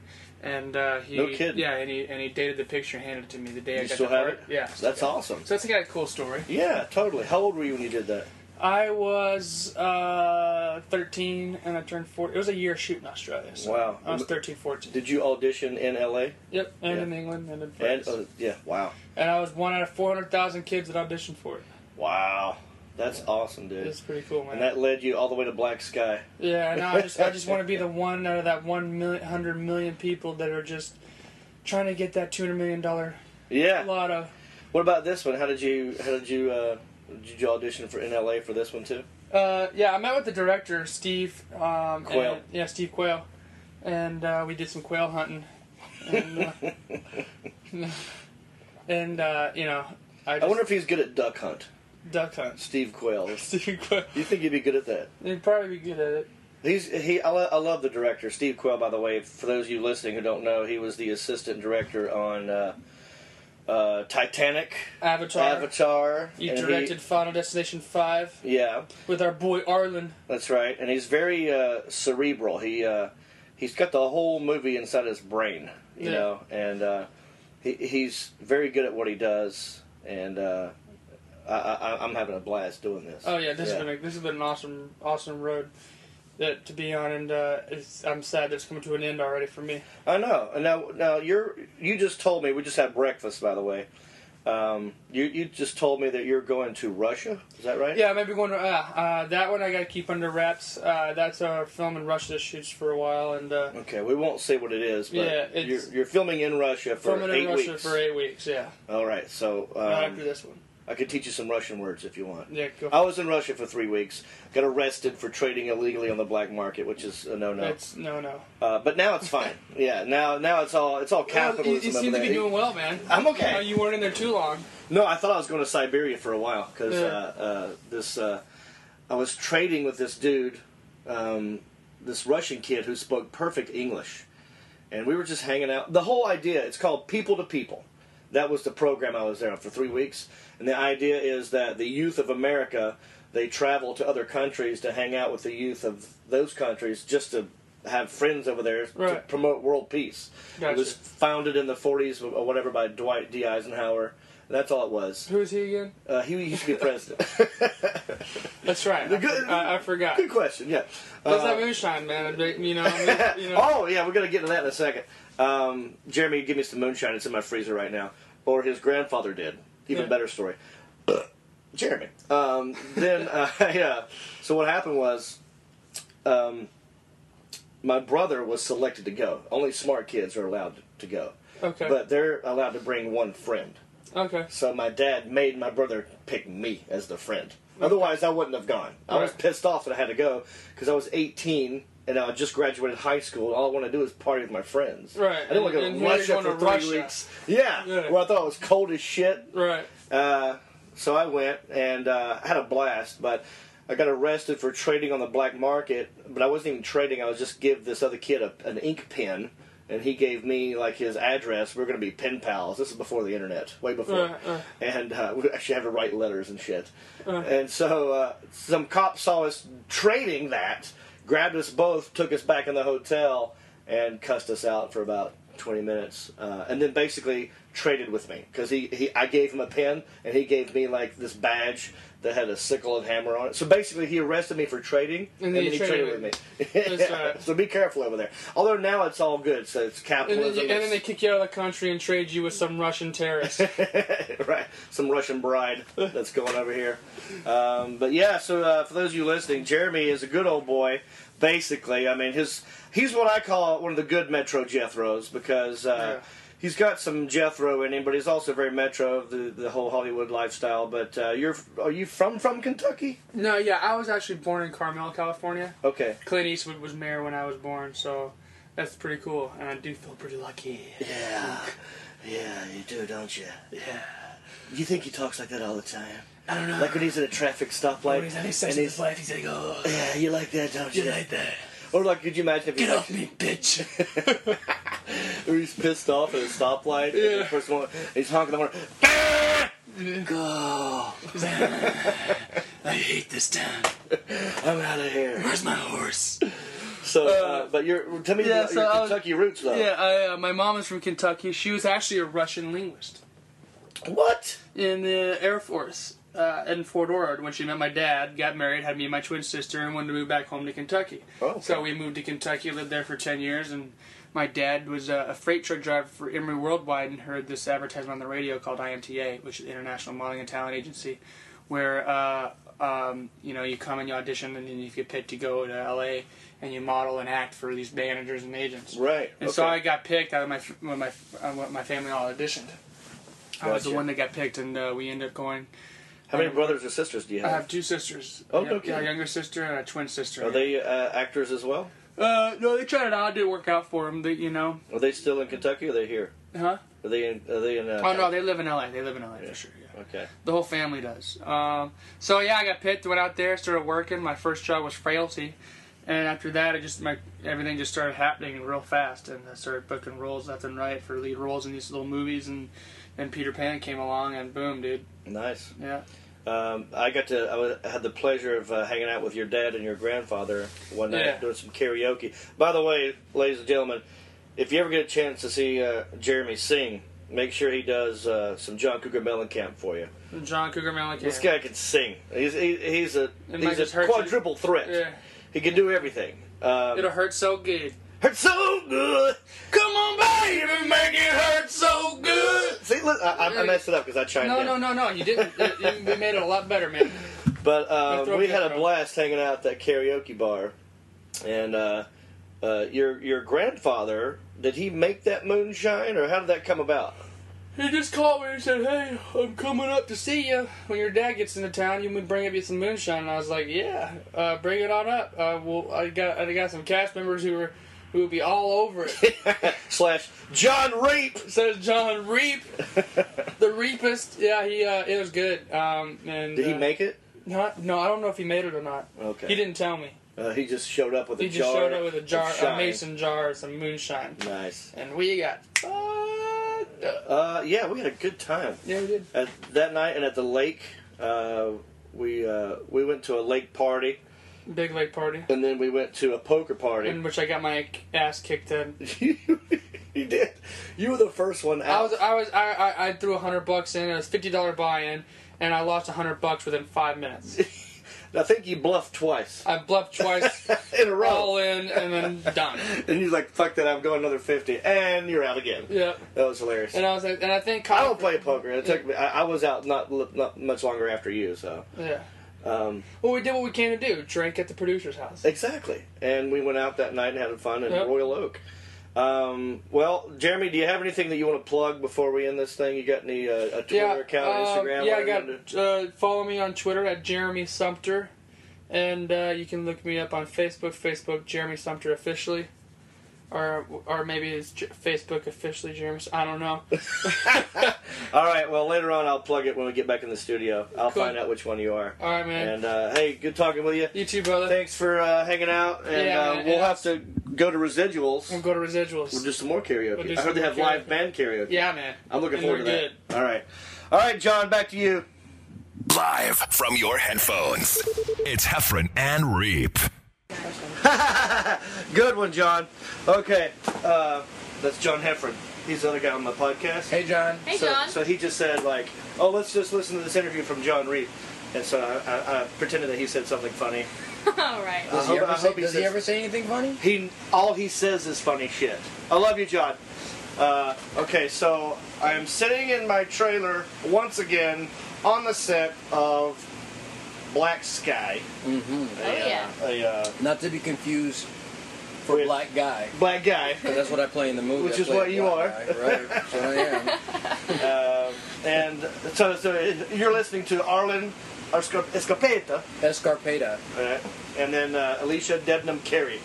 S5: And uh, he,
S3: No kidding.
S5: yeah, and he and he dated the picture, and handed it to me the day I
S3: You
S5: got
S3: still
S5: the
S3: have
S5: part.
S3: it?
S5: Yeah,
S3: That's awesome.
S5: so that's got a cool story.
S3: Yeah, totally. How old were you when you did that?
S5: I was uh, 13 and I turned 40. It was a year shoot in Australia. So
S3: Wow.
S5: I was 13, 14.
S3: Did you audition in L.A.
S5: Yep, and
S3: Yeah.
S5: in England and in France.
S3: and uh, yeah? Wow,
S5: and I was one out of 400,000 kids that auditioned for it.
S3: wow, that's awesome, dude.
S5: It's pretty cool, man.
S3: and that led you all the way to Black Sky.
S5: Yeah, and I just I just want to be the one out of that one million hundred million people that are just trying to get that two hundred million dollar
S3: Yeah.
S5: lotto.
S3: What about this one? How did you how did you uh, did you audition for in LA for this one too?
S5: Uh, yeah, I met with the director Steve um,
S3: Quayle.
S5: and- yeah, Steve Quayle, and uh, we did some quail hunting. And, uh, and uh, you know, I just
S3: I wonder if he's good at duck hunt.
S5: duck hunt.
S3: Steve Quayle.
S5: Steve Quayle,
S3: You think he'd be good at that?
S5: he'd probably be good at it.
S3: He's he. I, lo- I love the director Steve Quayle. By the way, for those of you listening who don't know, he was the assistant director on uh, uh, Titanic,
S5: Avatar.
S3: Avatar.
S5: You
S3: and he-
S5: directed Final Destination Five
S3: yeah,
S5: with our boy Arlen.
S3: that's right. And he's very uh, cerebral. He uh, he's got the whole movie inside his brain, you
S5: Yeah.
S3: know, and uh, he, he's very good at what he does. And uh, I, I, I'm having a blast doing this.
S5: Oh yeah, this has been a, this has been an awesome awesome road. that to be on, and uh, it's, I'm sad that it's coming to an end already for me.
S3: I know. Now, now you're you just told me we just had breakfast, by the way. Um, you you just told me that you're going to Russia. Is that right?
S5: Yeah, maybe going to uh, uh, that one. I gotta keep under wraps. Uh, that's a film in Russia that shoots for a while, and uh,
S3: Okay, we won't say what it is, but
S5: Yeah, it's-
S3: you're, you're filming in Russia for
S5: filming
S3: eight
S5: in Russia
S3: weeks.
S5: for eight weeks. Yeah,
S3: All right, so
S5: not
S3: um,
S5: after this one.
S3: I could teach you some Russian words if you want.
S5: Yeah, go.
S3: I was in Russia for three weeks. Got arrested for trading illegally on the black market, which is a no-no.
S5: It's no, no.
S3: Uh, but now it's fine. yeah, now now it's all it's all capitalism.
S5: you, you
S3: over
S5: seem to be
S3: there.
S5: doing well, man.
S3: I'm okay.
S5: Uh, you weren't in there too long.
S3: No, I thought I was going to Siberia for a while because
S5: Yeah.
S3: uh, uh, this uh, I was trading with this dude, um, this Russian kid who spoke perfect English, and we were just hanging out. The whole idea it's called People to People. That was the program I was there on for three weeks, and the idea is that the youth of America they travel to other countries to hang out with the youth of those countries just to have friends over there to
S5: Right.
S3: promote world peace. It
S5: Gotcha.
S3: was founded in the 40s or whatever by Dwight D. Eisenhower. And that's all it was.
S5: Who is he again?
S3: Uh, he used to be president.
S5: That's right. I,
S3: good-
S5: I, I forgot.
S3: Good question. Yeah.
S5: What's
S3: Uh,
S5: that moonshine, man? I mean, You know, I mean, you know.
S3: oh yeah, we're gonna get to that in a second. Um, Jeremy, give me some moonshine. It's in my freezer right now. Or his grandfather did. Even
S5: Yeah.
S3: better story. Jeremy. Um, then uh, yeah. So what happened was, um, my brother was selected to go. Only smart kids are allowed to go.
S5: Okay.
S3: But they're allowed to bring one friend.
S5: Okay.
S3: So my dad made my brother pick me as the friend. Otherwise, I wouldn't have gone. I was
S5: Right.
S3: pissed off that I had to go because I was 18 and I just graduated high school. All I want to do is party with my friends.
S5: Right,
S3: I didn't want to go to
S5: and here you're
S3: Russia
S5: going
S3: for
S5: to
S3: three
S5: Russia.
S3: weeks. Yeah.
S5: Yeah.
S3: Well, I thought it was cold as shit.
S5: Right.
S3: Uh, so I went and uh, I had a blast, but I got arrested for trading on the black market. But I wasn't even trading; I was just give this other kid a, an ink pen, and he gave me like his address. We are going to be pen pals. This is before the internet, way before,
S5: Right, right.
S3: and uh, we actually had to write letters and shit. And so uh, some cop saw us trading that, grabbed us both, took us back in the hotel, and cussed us out for about 20 minutes, uh, and then basically traded with me because he, he I gave him a pen and he gave me like this badge that had a sickle and hammer on it. So basically, he arrested me for trading and, then he traded, with me.
S5: That's right.
S3: So be careful over there. Although now it's all good, so it's
S5: uh, And then, you,
S3: capitalism.
S5: and then they
S3: it's-
S5: kick you out of the country and trade you with some Russian terrorist.
S3: right, some Russian bride that's going over here. Um, but yeah, so uh, for those of you listening, Jeremy is a good old boy. Basically, I mean, his he's what I call one of the good Metro Jethro's because uh,
S5: Yeah.
S3: he's got some Jethro in him, but he's also very Metro of the, the whole Hollywood lifestyle. But uh, you're are you from from Kentucky?
S5: no, yeah, I was actually born in Carmel, California.
S3: Okay,
S5: Clint Eastwood was mayor when I was born, so that's pretty cool, and I do feel pretty lucky.
S3: yeah, yeah, you do, don't you? Yeah. You think he talks like that all the time? I don't know. Like when he's at a traffic stoplight and he's
S5: life, he's like, oh,
S3: Yeah, you like that, don't you?
S5: that.
S3: Or like, could you imagine if you
S5: me, bitch.
S3: or he's pissed off at a stoplight?
S5: Yeah.
S3: And the person, wa- he's honking the horn.
S5: I hate this town.
S3: I'm out of here.
S5: Where's my horse?
S3: So, uh, but you're tell me
S5: yeah,
S3: about
S5: so
S3: your
S5: I was-
S3: Kentucky roots, though.
S5: Yeah, I, uh, my mom is from Kentucky. She was actually a Russian linguist.
S3: What?
S5: in the Air Force uh, in Fort Ord when she met my dad, got married, had me and my twin sister, and wanted to move back home to Kentucky.
S3: Oh.
S5: So we moved to Kentucky, lived there for 10 years, and my dad was a, a freight truck driver for Emory Worldwide and heard this advertisement on the radio called IMTA, which is the International Modeling and Talent Agency, where uh, um, you know you come and you audition and then you get picked to go to LA and you model and act for these managers and agents.
S3: Right.
S5: And so I got picked out of my when my uh, when my family all auditioned. I was the
S3: Gotcha.
S5: one that got picked, and uh, we ended up going.
S3: How many brothers or sisters do you
S5: I
S3: have?
S5: have two sisters.
S3: Oh,
S5: yeah,
S3: no kidding.
S5: yeah, a younger sister and a twin sister.
S3: Are they uh, actors as well?
S5: Uh, no, they tried it out. It didn't work out for them. They, you know,
S3: Are they still in Kentucky? Or are they here?
S5: huh?
S3: Are they in? Are they in? Uh,
S5: Oh no, they live in L.A. They live in L.A. for sure. Yeah.
S3: Okay.
S5: The whole family does. Um, so yeah, I got picked, went out there, started working. My first job was frailty, and after that, it just my everything just started happening real fast, and I started booking roles left and right for lead roles in these little movies, and then Peter Pan came along, and boom, dude,
S3: Nice.
S5: yeah.
S3: Um, I got to. I was- had the pleasure of uh, hanging out with your dad and your grandfather one night
S5: Yeah.
S3: doing some karaoke. By the way, ladies and gentlemen, if you ever get a chance to see uh, Jeremy sing, make sure he does uh, some John Cougar Mellencamp for you.
S5: John Cougar Mellencamp.
S3: This guy can sing. He's he, he's a
S5: It might
S3: he's
S5: just
S3: a
S5: hurt you.
S3: quadruple threat.
S5: Yeah.
S3: He can do everything. Um,
S5: It'll hurt so good.
S3: hurt so good. Come on, baby, make it hurt so good. See, look, I, I, I messed it up because I tried.
S5: No,
S3: in.
S5: no, no, no. You didn't. You you made it a lot better, man.
S3: But um,
S5: throw
S3: we
S5: me
S3: had
S5: out,
S3: a
S5: bro.
S3: blast hanging out at that karaoke bar, and uh, uh, your your grandfather did he make that moonshine or how did that come about?
S5: He just called me and said, "Hey, I'm coming up to see you. When your dad gets into town, you can bring up you some moonshine." And I was like, "Yeah, uh, bring it on up. Uh, well, I got I got some cast members who were who would be all over it."
S3: Slash John Reap.
S5: Says John Reap, the Reapist. Yeah, he uh, it was good. Um, and
S3: Did he
S5: uh,
S3: make it?
S5: Not, no, I don't know if he made it or not.
S3: Okay.
S5: He didn't tell me.
S3: Uh, he just showed up with a
S5: He
S3: jar.
S5: just showed up with a jar,
S3: of
S5: a
S3: shine.
S5: mason jar, of some moonshine,
S3: Nice.
S5: and we got fucked up.
S3: Uh, yeah, we had a good time.
S5: Yeah, we did.
S3: at that night and at the lake uh, we uh, we went to a lake party
S5: Big lake party,
S3: and then we went to a poker party
S5: in which I got my ass kicked in.
S3: you did you were the first one
S5: I
S3: out
S5: was, I was, I, I, I threw a hundred bucks in. It was fifty dollar buy-in, and I lost a hundred bucks within five minutes.
S3: i think you bluffed twice
S5: I bluffed twice,
S3: in a row
S5: all uh, in, and then done.
S3: and you're like fuck that i'm going another 50 and you're out again
S5: Yeah,
S3: that was hilarious
S5: and I was like, and I think
S3: I don't play poker. It took me. I, I was out not not much longer after you, so
S5: Yeah. Um, well, we did what we came to do: drink at the producer's house.
S3: exactly. And we went out that night and had fun in
S5: Yep.
S3: Royal Oak. Um, well, Jeremy, do you have anything that you want to plug before we end this thing? You got any uh, a Twitter account,
S5: um,
S3: Instagram?
S5: yeah, I
S3: whatever you wanna do?
S5: got. Uh, follow me on Twitter at Jeremy Sumter, and uh, you can look me up on Facebook. Facebook Jeremy Sumter officially, or or maybe it's J- Facebook officially Jeremy. Sum- I don't know.
S3: All right. Well, later on, I'll plug it when we get back in the studio. I'll
S5: Cool.
S3: find out which one you are.
S5: All right, man.
S3: And uh, hey, good talking with you.
S5: you too, brother.
S3: Thanks for uh, hanging out, and
S5: Yeah,
S3: uh,
S5: man,
S3: we'll
S5: yeah.
S3: have to go to residuals.
S5: We'll go to residuals.
S3: We'll do some more karaoke.
S5: We'll do
S3: I
S5: some
S3: heard they
S5: more
S3: have live
S5: karaoke.
S3: band karaoke.
S5: yeah, man.
S3: I'm looking
S5: And
S3: forward to
S5: we're
S3: that.
S5: good.
S3: All right. All right, John, back to you.
S1: Live from your headphones, it's Heffron and Reap.
S3: Good one, John. Okay, uh, that's John Heffron. He's the other guy on my podcast.
S6: Hey, John.
S7: Hey,
S3: so,
S7: John.
S3: So he just said like, "Oh, let's just listen to this interview from John Reed," and so I, I, I pretended that he said something funny.
S7: All right.
S3: I
S6: Does, he,
S3: hope-
S6: ever
S3: I
S6: say,
S3: hope he
S6: does he
S3: says-
S6: ever say anything funny?
S3: He all he says is funny shit. I love you, John. Uh, okay, so I am sitting in my trailer once again on the set of Black Sky.
S6: Mm-hmm.
S7: Oh, yeah.
S3: a uh,
S6: Not to be confused for
S3: With-
S6: black guy.
S3: black guy.
S6: 'cause that's what I play in the movie.
S3: Which
S6: I
S3: is
S6: play
S3: what
S6: a
S3: you
S6: black
S3: are.
S6: guy, right? That's what I am.
S3: Um, And so, so you're listening to Arlen Esco- Escopeta,
S6: Escarpeta.
S3: all right? and then uh, Alicia Debnam Carey.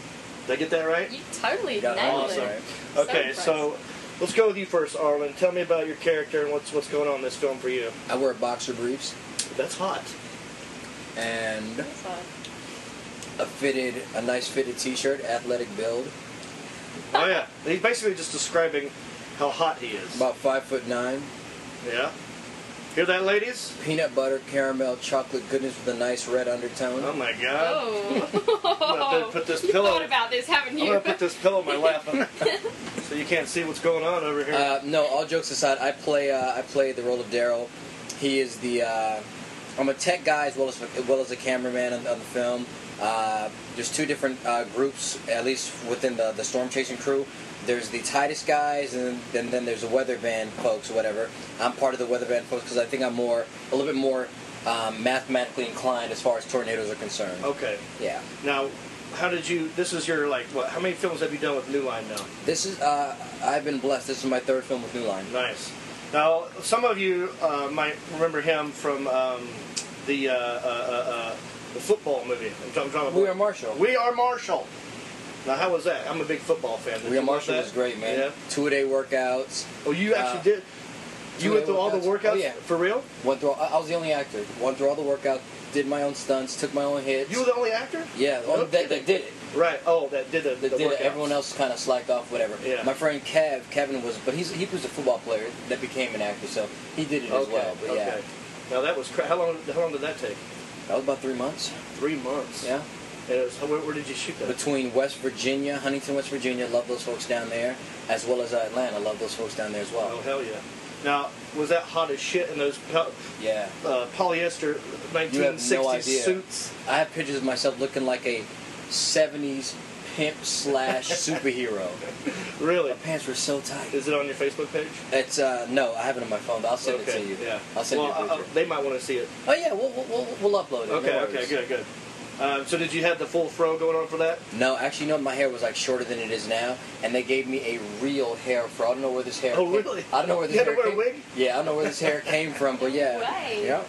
S3: Did I get that right?
S7: You totally
S6: Got it
S7: nailed
S6: awesome.
S7: it. So
S3: Okay,
S7: impressed.
S3: so let's go with you first, Arlen. Tell me about your character and what's what's going on in this film for you.
S6: I wear boxer briefs
S3: That's hot.
S6: and
S7: That's all.
S6: a fitted, a nice fitted T-shirt, athletic build,
S3: Oh yeah, he's basically just describing how hot he is.
S6: about five foot nine,
S3: Yeah. Hear that, ladies?
S6: peanut butter, caramel, chocolate goodness with a nice red undertone.
S3: Oh my God! I'm gonna
S7: Oh.
S3: put this
S7: you
S3: pillow-
S7: thought about this, haven't
S3: I'm
S7: you?
S3: gonna put this pillow in my lap, so you can't see what's going on over here.
S6: Uh, no, all jokes aside, I play uh, I play the role of Daryl. He is the uh, I'm a tech guy as well as as well as a cameraman on, on the film. Uh, there's two different uh, groups, at least within the the storm chasing crew. There's the Titus guys, and then, and then there's the weather band folks, or whatever. I'm part of the weather band folks because I think I'm more a little bit more um, mathematically inclined as far as tornadoes are concerned.
S3: okay.
S6: Yeah.
S3: Now, how did you? This is your like what? How many films have you done with New Line now?
S6: This is uh, I've been blessed. This is my third film with New Line.
S3: Nice. Now, some of you uh, might remember him from um, the uh, uh, uh, uh, the football movie. I'm talking, I'm talking about
S6: We Are Marshall.
S3: We are Marshall. Now, how was that? I'm a big football fan. Did
S6: Real
S3: you
S6: Marshall
S3: love
S6: was
S3: that?
S6: great, man.
S3: Yeah.
S6: Two a day workouts.
S3: Oh, you actually
S6: Uh,
S3: did. You went through all the
S6: workouts?
S3: workouts
S6: Oh, yeah.
S3: for real.
S6: Went through. I I was the only actor. Went through all the workouts. Did my own stunts. Took my own hits.
S3: You were the only actor.
S6: yeah,
S3: No
S6: well, that, that did it.
S3: Right. Oh, that did the,
S6: That
S3: the
S6: did
S3: workouts.
S6: it. Everyone else kind of slacked off, whatever.
S3: Yeah.
S6: My friend Kev, Kevin was, but he's he was a football player that became an actor, so he did it as
S3: Okay,
S6: well. But
S3: okay.
S6: yeah,
S3: Now that was cra- how long? How long did that take?
S6: that was about three months.
S3: Three months.
S6: Yeah,
S3: And it was, where, where did you shoot that?
S6: between West Virginia, Huntington, West Virginia, love those folks down there, as well as uh, Atlanta, love those folks down there as well.
S3: Oh hell yeah! Now was that hot as shit in those po-
S6: Yeah.
S3: uh, polyester
S6: You have
S3: 1960s
S6: no idea.
S3: suits?
S6: I have pictures of myself looking like a '70s pimp slash superhero.
S3: Really?
S6: My pants were so tight.
S3: Is it on your Facebook page?
S6: It's uh, no, I have it on my phone, but I'll send it to you.
S3: Yeah.
S6: I'll send
S3: well,
S6: you a
S3: I'll-
S6: picture.
S3: they might want to see it.
S6: oh yeah, we'll, we'll, we'll, we'll upload it. no
S3: Okay. okay.
S6: worries.
S3: Good. Good. Um, so did you have the full fro going on for that?
S6: No, actually, no. My hair was like shorter than it is now, and they gave me a real hair fro. I don't know where this hair.
S3: Oh,
S6: came-
S3: really?
S6: I don't know where this
S3: You had
S6: hair.
S3: to wear a
S6: came,
S3: wig?
S6: Yeah, I don't know where this hair came from, but yeah.
S7: Right.
S6: Yeah.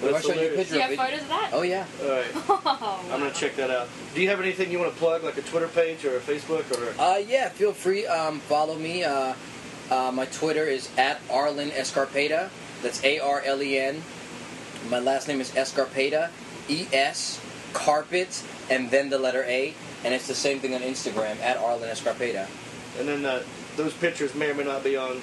S6: But I'll
S3: That's
S6: show you a
S3: hilarious.
S7: Do you
S6: picture of
S7: have
S6: it.
S7: photos of that?
S6: Oh yeah.
S3: All right.
S7: Oh,
S3: I'm gonna
S7: wow.
S3: check that out. Do you have anything you want to plug, like a Twitter page or a Facebook or?
S6: Uh, yeah. Feel free. Um, follow me. Uh, uh, my Twitter is at Arlen Escarpeta. That's A R L E N. My last name is Escarpeta. E S carpet and then the letter A, and it's the same thing on Instagram at Arlen Escarpeta.
S3: And then uh, those pictures may or may not be on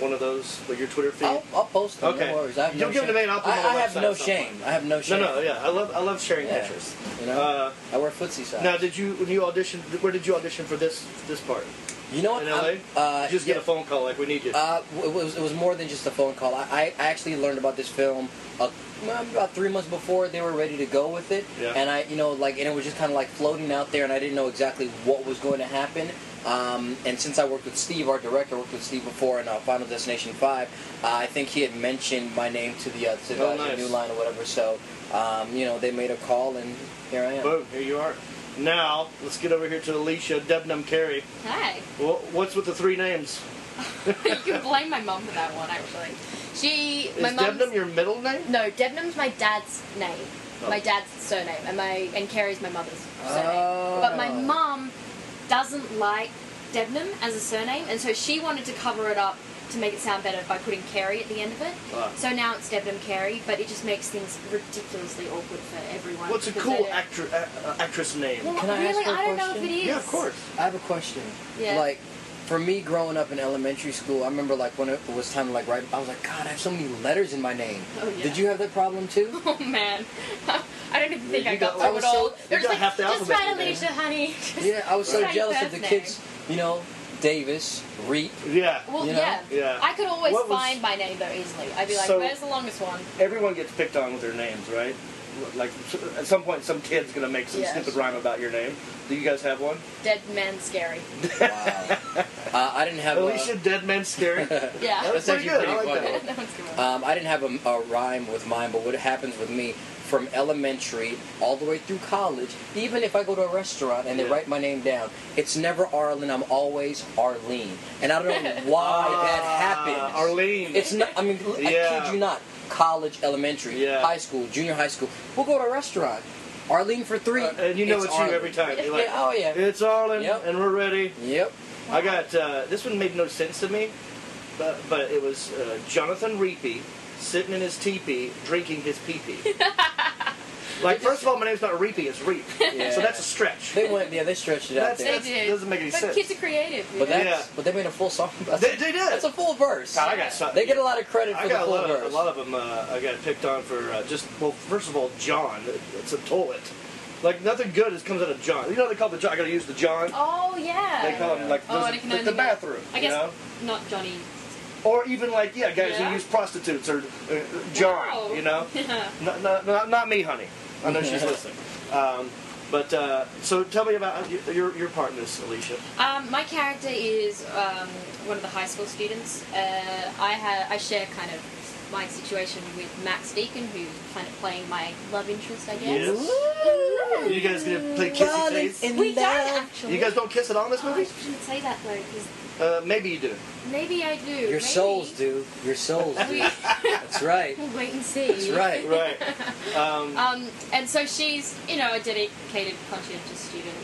S3: one of those, like your Twitter feed.
S6: I'll, I'll post them.
S3: Okay.
S6: No worries. I have
S3: You'll
S6: no
S3: give them to
S6: shame.
S3: me and I'll put them
S6: I-
S3: on the
S6: I have
S3: website
S6: no
S3: or something.
S6: shame. I have no
S3: no,
S6: shame.
S3: no, yeah, I love I love sharing
S6: Yeah.
S3: pictures.
S6: You know,
S3: Uh,
S6: I wear footsie socks.
S3: now, did you when you auditioned? Where did you audition for this this part?
S6: you know what?
S3: in LA?
S6: I'm- Uh,
S3: Did you just get
S6: yeah.
S3: a phone call like we need you.
S6: Uh, it was it was more than just a phone call. I, I I actually learned about this film uh, well, about three months before they were ready to go with it,
S3: Yeah.
S6: and I you know like and it was just kind of like floating out there, and I didn't know exactly what was going to happen. Um, and since I worked with Steve, our director, I worked with Steve before in uh, Final Destination Five, uh, I think he had mentioned my name to the uh, to the
S3: Oh,
S6: guys at
S3: nice.
S6: New Line or whatever. So um, you know they made a call, and here I am.
S3: Boom, here you are. Now let's get over here to Alicia Debnam Carey.
S7: Hi.
S3: Well, what's with the three names?
S7: you can blame my mom for that one, actually. She,
S3: Is
S7: my mom.
S3: Debnam your middle name?
S7: No, Debnam's my dad's name.
S3: Oh.
S7: My dad's surname, and my and Carrie's my mother's surname.
S6: Oh.
S7: But my mum doesn't like Debnam as a surname, and so she wanted to cover it up to make it sound better by putting Carrie at the end of it.
S3: Ah.
S7: So now it's Debnam Carrie, but it just makes things ridiculously awkward for everyone.
S3: What's a
S7: because they
S3: cool
S7: don't-
S3: actor, a- uh, actress name?
S7: Well,
S6: Can I ask
S7: really,
S6: her a
S7: I don't know if
S6: question?
S7: it is.
S3: Yeah, of course.
S6: I have a question.
S7: Yeah.
S6: Like, for me growing up in elementary school, I remember like when it was time to like write, I was like, God, I have so many letters in my name.
S7: Oh, yeah.
S6: Did you have that problem too?
S7: Oh man, I don't even think
S3: You
S7: I
S3: got
S7: got
S3: like-
S7: through
S6: I was
S7: it
S6: so-
S7: all.
S6: you
S7: They're
S3: got
S7: just
S3: half
S7: like,
S3: the
S7: just
S3: alphabet
S7: write
S3: in there.
S7: Alicia, honey.
S6: yeah, I was so
S7: Right.
S6: jealous of
S7: First
S6: the
S7: name.
S6: kids. You know, Davis, Reap.
S3: Yeah.
S7: Well,
S6: You know?
S7: yeah.
S3: Yeah.
S7: I could always
S3: What was-
S7: find my name though easily. I'd be like,
S3: So-
S7: "Where's the longest one?"
S3: Everyone gets picked on with their names, right? Like at some point, some kid's gonna make some
S7: Yes.
S3: stupid rhyme about your name. Do you guys have one?
S7: Dead man scary.
S6: Wow. uh, I didn't have.
S3: Alicia Deadman Scary.
S7: Yeah.
S3: That was
S6: That's actually
S3: good. I
S6: pretty
S3: like
S6: funny.
S3: that.
S7: That one's good.
S6: A, um, I didn't have a, a rhyme with mine, but what happens with me from elementary all the way through college, even if I go to a restaurant and they
S3: Yeah.
S6: write my name down, it's never Arlen. I'm always Arlene, and I don't know why that happens.
S3: Uh, Arlene.
S6: It's not. I mean, l- I
S3: Yeah.
S6: kid you not. College, elementary,
S3: Yeah.
S6: high school, junior high school. We'll go to a restaurant. Arlene for three.
S3: Uh, and you know it's, you
S6: Arlene.
S3: every time. You're like,
S6: Yeah, oh yeah.
S3: It's Arlen,
S6: Yep.
S3: and we're ready.
S6: Yep.
S3: I got uh, this one made no sense to me, but but it was uh, Jonathan Reapy sitting in his teepee drinking his pee pee. like first of all, my name's not Reapy, it's Reap,
S6: Yeah.
S3: so that's a stretch.
S6: They went. Yeah, they stretched it out
S3: That's,
S6: there.
S7: They
S3: that's,
S7: do.
S3: doesn't make any
S7: but
S3: sense.
S7: kids are creative.
S6: but
S7: yeah.
S6: that's. But they made a full song. About
S3: They,
S6: that.
S3: they did.
S6: That's a full verse.
S3: God, I got some-
S6: They get a lot of credit for
S3: I
S6: the
S3: got a
S6: full
S3: lot, of,
S6: verse.
S3: a lot of them. Uh, I got picked on for uh, just well. First of all, John. It's a toilet. Like nothing good is comes out of John. You know what they call the John. I got to use the John.
S7: Oh yeah.
S3: They call him like
S7: Oh,
S3: those-
S7: and it can
S3: the,
S7: only
S3: the
S7: be-
S3: bathroom.
S7: I
S3: You
S7: guess
S3: know?
S7: not Johnny.
S3: or even like yeah, guys
S7: Yeah.
S3: who use prostitutes or uh, uh, John.
S7: Wow.
S3: You know,
S7: Yeah.
S3: not, not, not, not me, honey. I know she's listening. Um, but uh, so tell me about your your, your part in this, Alicia.
S7: Um, my character is um, one of the high school students. Uh, I ha- I share kind of my situation with Max Deacon, who's kind of playing my love interest, I guess.
S3: Yes. You guys gonna play kissy
S6: Darling
S3: face?
S6: in
S7: We don't
S6: love.
S7: actually.
S3: You guys don't kiss at all in this
S7: Oh, I
S3: movie?
S7: shouldn't say that though, because
S3: Uh, maybe you do.
S7: maybe I do.
S6: Your
S7: maybe.
S6: souls do. Your souls do.
S7: We,
S6: That's right.
S7: we'll wait and see.
S6: That's right.
S3: Right. Um,
S7: Um, and so she's, you know, a dedicated, conscientious student.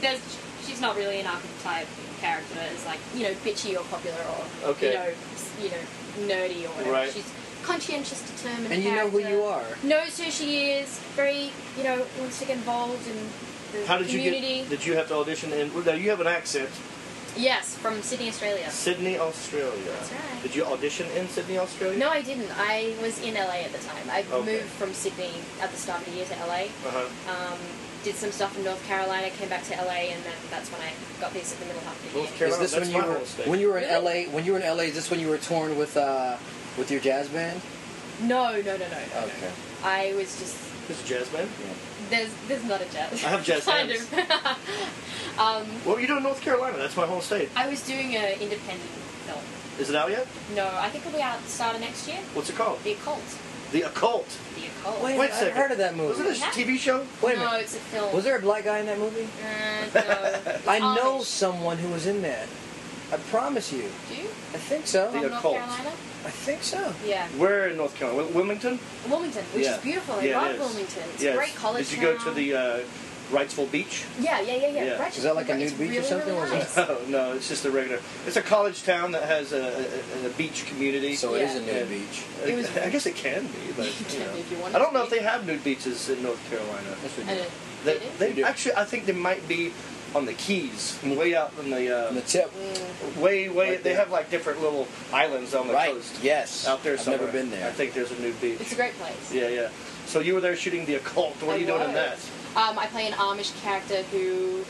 S7: There's, she's not really an archetype character as like, you know, bitchy or popular or,
S3: Okay.
S7: you know, s- you know, nerdy or whatever.
S3: Right.
S7: She's conscientious, determined.
S6: And you know who
S7: character,
S6: you are.
S7: Knows who she is. Very, you know, wants to get involved in the
S3: How did
S7: community.
S3: you get? Did you have to audition? And well, now you have an accent,
S7: Yes, from Sydney, Australia.
S3: Sydney, Australia.
S7: That's right.
S3: Did you audition in Sydney, Australia?
S7: No, I didn't. I was in LA at the time. I
S3: Okay.
S7: moved from Sydney at the start of the year to LA.
S3: Uh-huh.
S7: um, did some stuff in North Carolina, came back to LA, and then that's when I got this at the middle half of the year.
S3: North
S6: Is
S3: Carolina.
S6: this
S3: That's
S6: when you
S3: my
S6: were
S3: whole state.
S6: when you were in
S7: Really?
S6: LA? When you were in LA, is this when you were torn with uh with your jazz band?
S7: No, no, no, no, no.
S6: Okay.
S7: I was just
S3: This jazz band.
S7: there's there's not a jazz.
S3: I have jazz
S7: kind
S3: hands.
S7: of. um,
S3: What were you doing in North Carolina? That's my home state.
S7: I was doing an independent film.
S3: Is it out yet?
S7: No, I think it'll be out the start of next year.
S3: What's it called?
S7: The occult.
S3: The Occult.
S7: The occult.
S6: Wait,
S3: Wait a
S6: I've
S3: second.
S6: heard of that movie.
S3: Wasn't this a TV show?
S6: Wait a
S7: no,
S6: minute.
S7: it's a film.
S6: Was there a black guy in that movie?
S7: Uh, no.
S6: I know
S7: Amish.
S6: someone who was in that. I promise you.
S7: Do you?
S6: I think so.
S7: From
S3: The
S7: North
S3: occult.
S7: Carolina?
S6: I think so.
S7: Yeah.
S3: Where in North Carolina? Wil- Wilmington?
S7: Wilmington, which
S3: Yeah.
S7: is beautiful. I
S3: Yeah, it
S7: love
S3: is.
S7: Wilmington. It's
S3: Yes.
S7: a great college
S3: Did you go to
S7: town.
S3: the uh, Wrightsville Beach?
S7: Yeah, yeah, yeah, yeah.
S3: Yeah.
S7: Right.
S6: Is that like a
S7: Right.
S6: nude
S7: It's
S6: beach or
S7: really,
S6: something,
S7: Really
S6: or
S7: nice.
S6: is
S3: No, no, it's just a regular. It's a college town that has a, a, a beach community.
S6: So it is a
S7: Yeah.
S6: nude
S3: Yeah.
S6: beach.
S7: It was-
S3: I guess it can be, but
S7: You
S3: you
S7: can
S3: know.
S7: if you want
S3: I
S7: it
S3: don't
S7: to
S3: know if
S7: be.
S3: they have nude beaches in North Carolina.
S6: Yes, we
S7: And
S6: do.
S7: it-
S3: They,
S7: it is.
S3: they
S6: They do.
S3: actually, I think they might be on the Keys, way out in the
S6: On the
S3: uh,
S6: tip.
S3: way, way.
S6: Right
S3: they
S6: there.
S3: have like different little islands on the
S6: Right.
S3: coast.
S6: Yes.
S3: out there
S6: I've
S3: somewhere.
S6: never been there.
S3: I think there's a nude beach.
S7: It's a great place.
S3: Yeah, yeah. So you were there shooting the occult. What are
S7: I
S3: you doing in that?
S7: was. Um, I play an Amish character who,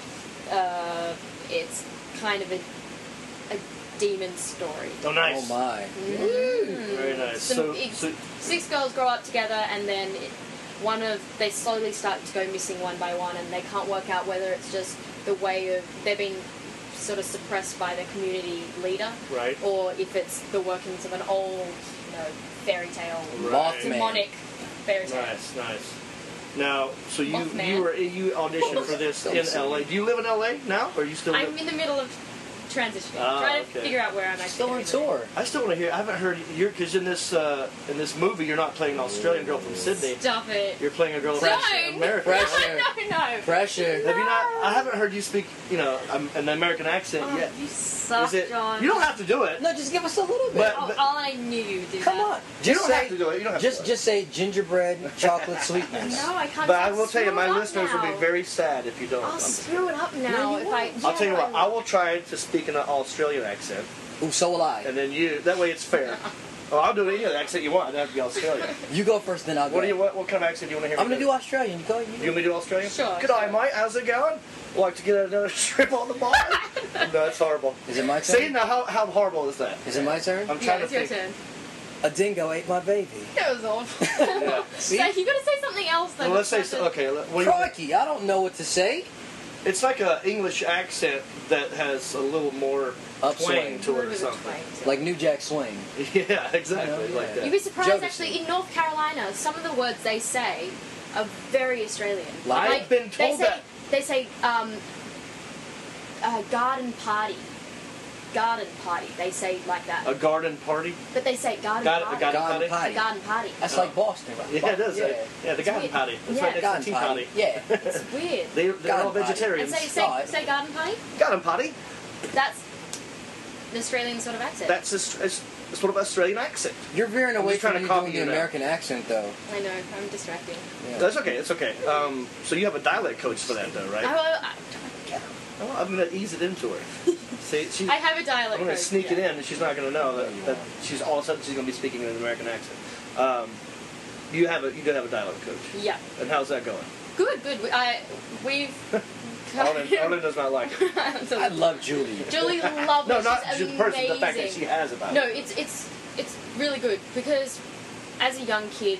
S7: uh, it's kind of a, a demon story.
S3: Oh, nice.
S6: Oh my.
S3: Very nice.
S7: Hmm. Some
S3: So,
S7: ex-
S3: so
S7: six girls grow up together, and then it, one of they slowly start to go missing one by one, and they can't work out whether it's just the way of they're being sort of suppressed by the community leader,
S3: Right.
S7: Or if it's the workings of an old, you know, fairy tale,
S3: Right.
S6: Mothman.
S7: demonic fairy tale.
S3: nice, nice. Now, so you
S7: Mothman.
S3: you were you auditioned for this
S6: Don't
S3: in
S6: say
S3: L.A. Do you live in L.A. now, or are you still?
S7: I'm
S3: li-
S7: in the middle of transitioning,
S3: Ah,
S7: trying to
S3: okay.
S7: figure out where I'm actually
S6: Still on
S7: gonna go.
S6: tour.
S3: I still want to hear. I haven't heard you're because in this uh, in this movie you're not playing an Australian girl from Sydney.
S7: Stop it.
S3: You're playing a girl from
S7: Don't.
S3: America.
S6: Fresh air.
S7: no, no, no.
S6: Pressure.
S3: Have you not? I haven't heard you speak, you know, um, an American accent
S7: Oh,
S3: yet.
S7: You suck,
S3: Is it?
S7: John.
S3: You don't have to do it.
S6: No, just give us a little bit.
S3: But-
S7: Oh, all I knew you would do
S6: Come
S7: that.
S6: on. Just
S3: you don't
S6: say,
S3: have to do it. You don't have
S6: Just
S3: to.
S6: just say gingerbread chocolate sweetness.
S7: No, I can't.
S3: But I
S7: I'll
S3: will tell you,
S7: screw
S3: my
S7: it up
S3: listeners will
S7: now.
S3: be very sad if you don't.
S7: I'll
S3: I'm-
S7: screw it up now
S6: No, you
S7: if I.
S6: won't.
S3: I'll tell you what. I
S7: I will.
S3: will try to speak in an Australian accent,
S6: Ooh, so will I.
S3: and then you. That way, it's fair. Oh, I'll do any other accent you want. I don't have to be Australian.
S6: You go first, then I'll go.
S3: What do you? What, what kind of accent do you want to hear?
S6: I'm
S3: me
S6: gonna do Australian. You go. You
S3: You want me to do Australian?
S7: Sure,
S3: Good eye,
S7: sure.
S3: mate. How's it going? Like to get another strip on the bar? no, it's horrible.
S6: Is it my turn?
S3: See now, how, how horrible is that?
S6: Is it my turn?
S3: I'm
S7: Yeah,
S3: trying
S7: it's
S3: to
S7: your
S3: think.
S6: A
S7: turn.
S6: dingo ate my baby.
S7: That was awful.
S3: Yeah.
S7: so you gotta say something else. Then
S3: Well, let's say
S7: It's
S3: so,
S7: not
S3: okay. let- what do you-
S6: Crikey, I don't know what to say.
S3: It's like an English accent that has a little more twang
S6: Upswing.
S7: the-
S3: to it or
S7: Little bit of
S3: something.
S7: twang to it.
S6: Like New Jack Swing.
S3: Yeah, exactly.
S6: Yeah.
S3: Like that.
S7: You'd be surprised,
S6: Jefferson.
S7: actually, in North Carolina, some of the words they say are very Australian.
S6: Like-
S3: I've been told
S7: they say,
S3: that.
S7: They say um, uh, garden party. Garden party. They say like that.
S3: A garden party?
S7: but they say garden
S3: Garden-
S7: party.
S3: a garden party?
S6: Garden party.
S7: A garden party.
S6: That's like Boston, right?
S3: Oh. Yeah, it does. Yeah,
S6: Yeah.
S3: yeah the garden
S7: weird.
S3: party. That's
S7: Yeah.
S3: right next
S6: Garden
S3: to tea
S6: party.
S3: party.
S6: Yeah.
S7: It's weird.
S3: They, they're all
S6: Garden party.
S7: and
S3: vegetarians.
S7: say, say,
S6: inside.
S7: say garden party.
S3: Garden party?
S7: That's an Australian sort of accent.
S3: That's a, it's, it's sort of Australian accent.
S6: You're veering
S3: I'm
S6: away
S3: just
S6: from
S3: trying to
S6: you
S3: copy
S6: doing
S3: you
S6: the
S3: now.
S6: American accent, though.
S7: I know. I'm distracting.
S6: Yeah.
S3: That's okay. It's okay. Um, so you have a dialect coach for that, though, right?
S7: I, I,
S3: Oh, I'm gonna ease it into her. See, she,
S7: I have a dialect.
S3: I'm gonna
S7: code,
S3: sneak it
S7: yeah.
S3: in, and she's not gonna know that, that she's all of a sudden she's gonna be speaking in an American accent. Um, you have a you do have a dialect coach.
S7: Yeah.
S3: And how's that going?
S7: Good. Good. We, I we've.
S3: Arlen, Arlen does not like it.
S6: I love Julie.
S7: Julie loves
S3: No, not
S7: She's
S3: just the person. The fact that
S7: amazing.
S3: she has about
S7: No,
S3: it.
S7: it's it's it's really good because as a young kid,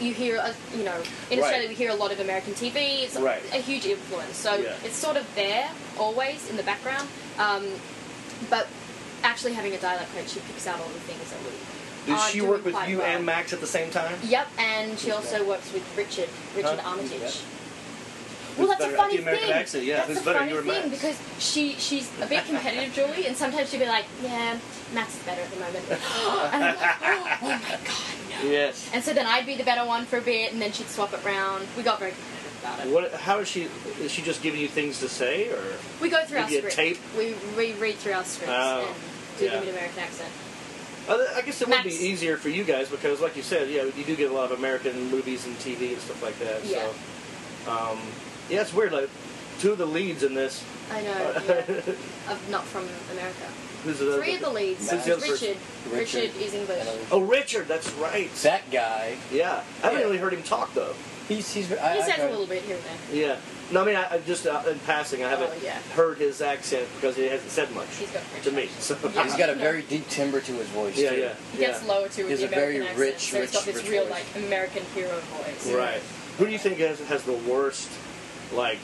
S7: you hear uh, you know in
S3: Right.
S7: Australia we hear a lot of American TV. It's
S3: Right.
S7: a huge influence, so
S3: Yeah.
S7: it's sort of there always in the background. Um, but actually having a dialect coach, she picks out all the things that we.
S3: Does
S7: are
S3: she
S7: doing
S3: work with
S7: quite
S3: you
S7: well.
S3: and Max at the same time?
S7: Yep, and she also works with Richard, Richard
S3: Huh? Who's
S7: Armitage.
S3: that?
S7: Well,
S3: Who's
S7: that's
S3: better
S7: a
S3: at
S7: funny
S3: the American
S7: thing.
S3: accent? Yeah,
S7: that's
S3: who's
S7: a
S3: better,
S7: funny
S3: you or Max?
S7: thing because she she's a bit competitive, Julie, and sometimes she'll be like, "Yeah, Max is better at the moment," and I'm like, "Oh my god, no!"
S3: Yes.
S7: And so then I'd be the better one for a bit, and then she'd swap it round. We got very competitive about it.
S3: What? How is she? Is she just giving you things to say, or
S7: We go through our
S3: Give you a tape?
S7: script. We we read through our scripts
S3: Oh,
S7: and do
S3: yeah.
S7: them in American accent.
S3: I I guess it would be
S7: Max.
S3: easier for you guys because, like you said, yeah, you do get a lot of American movies and TV and stuff like that.
S7: Yeah.
S3: So, um, yeah, it's weird. Like, two of the leads in this.
S7: I know. Uh, Yeah. I'm not from America.
S3: Who's the
S7: Three of the leads.
S3: Who's the other person?
S7: Richard. Richard is English.
S6: and, uh,
S3: Oh, Richard, that's right.
S6: That guy.
S3: Yeah, I haven't
S6: Yeah.
S3: really heard him talk though.
S6: He's he's. I,
S7: He
S6: I
S7: says a
S6: heard-
S7: little bit here and there.
S3: Yeah, no, I mean, I, I just uh, in passing, I haven't
S7: Oh, yeah.
S3: heard his accent because he hasn't said much
S7: He's got French
S3: to me.
S7: accent.
S3: So
S7: Yeah.
S6: He's got a very deep timbre to his voice.
S3: yeah,
S6: too.
S3: yeah,
S7: He
S3: yeah.
S7: gets lower too
S6: He has
S7: with the
S6: a very
S7: American accent,
S6: rich,
S7: so he's got
S6: rich,
S7: this
S6: rich
S7: real
S6: voice.
S7: like American hero voice.
S3: Right. Who do you think has, has the worst, like,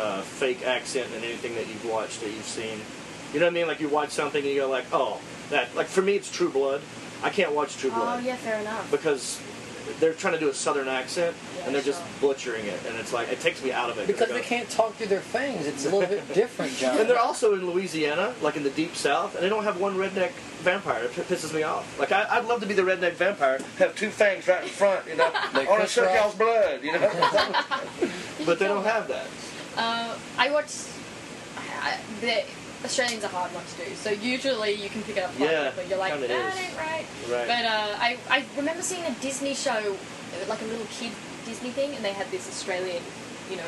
S3: uh, fake accent in anything that you've watched that you've seen? You know what I mean? Like you watch something and you go like, oh, that. Like for me, it's True Blood. I can't watch True
S7: Oh
S3: Blood
S7: yeah, fair enough.
S3: because they're trying to do a Southern accent
S7: Yeah,
S3: and they're just
S7: sure.
S3: butchering it, and it's like it takes me out of it.
S6: Because
S3: I
S6: they
S3: go-
S6: can't talk through their fangs. It's a little bit different, John.
S3: And they're also in Louisiana, like in the deep south, and they don't have one redneck vampire. It pisses me off. Like, I, I'd love to be the redneck vampire, have two fangs right in front, you know,
S6: Like
S3: on a
S6: Chris
S3: suck
S6: Rock.
S3: y'all's blood, you know? but they don't have that.
S7: Uh, I watched. I, I, the Australians are hard one to do, so usually you can pick it up quite
S3: Yeah,
S7: quickly. You're like,
S3: kinda
S7: that
S3: is.
S7: ain't right.
S3: Right.
S7: But uh, I, I remember seeing a Disney show, like a little kid Disney thing, and they had this Australian, you know,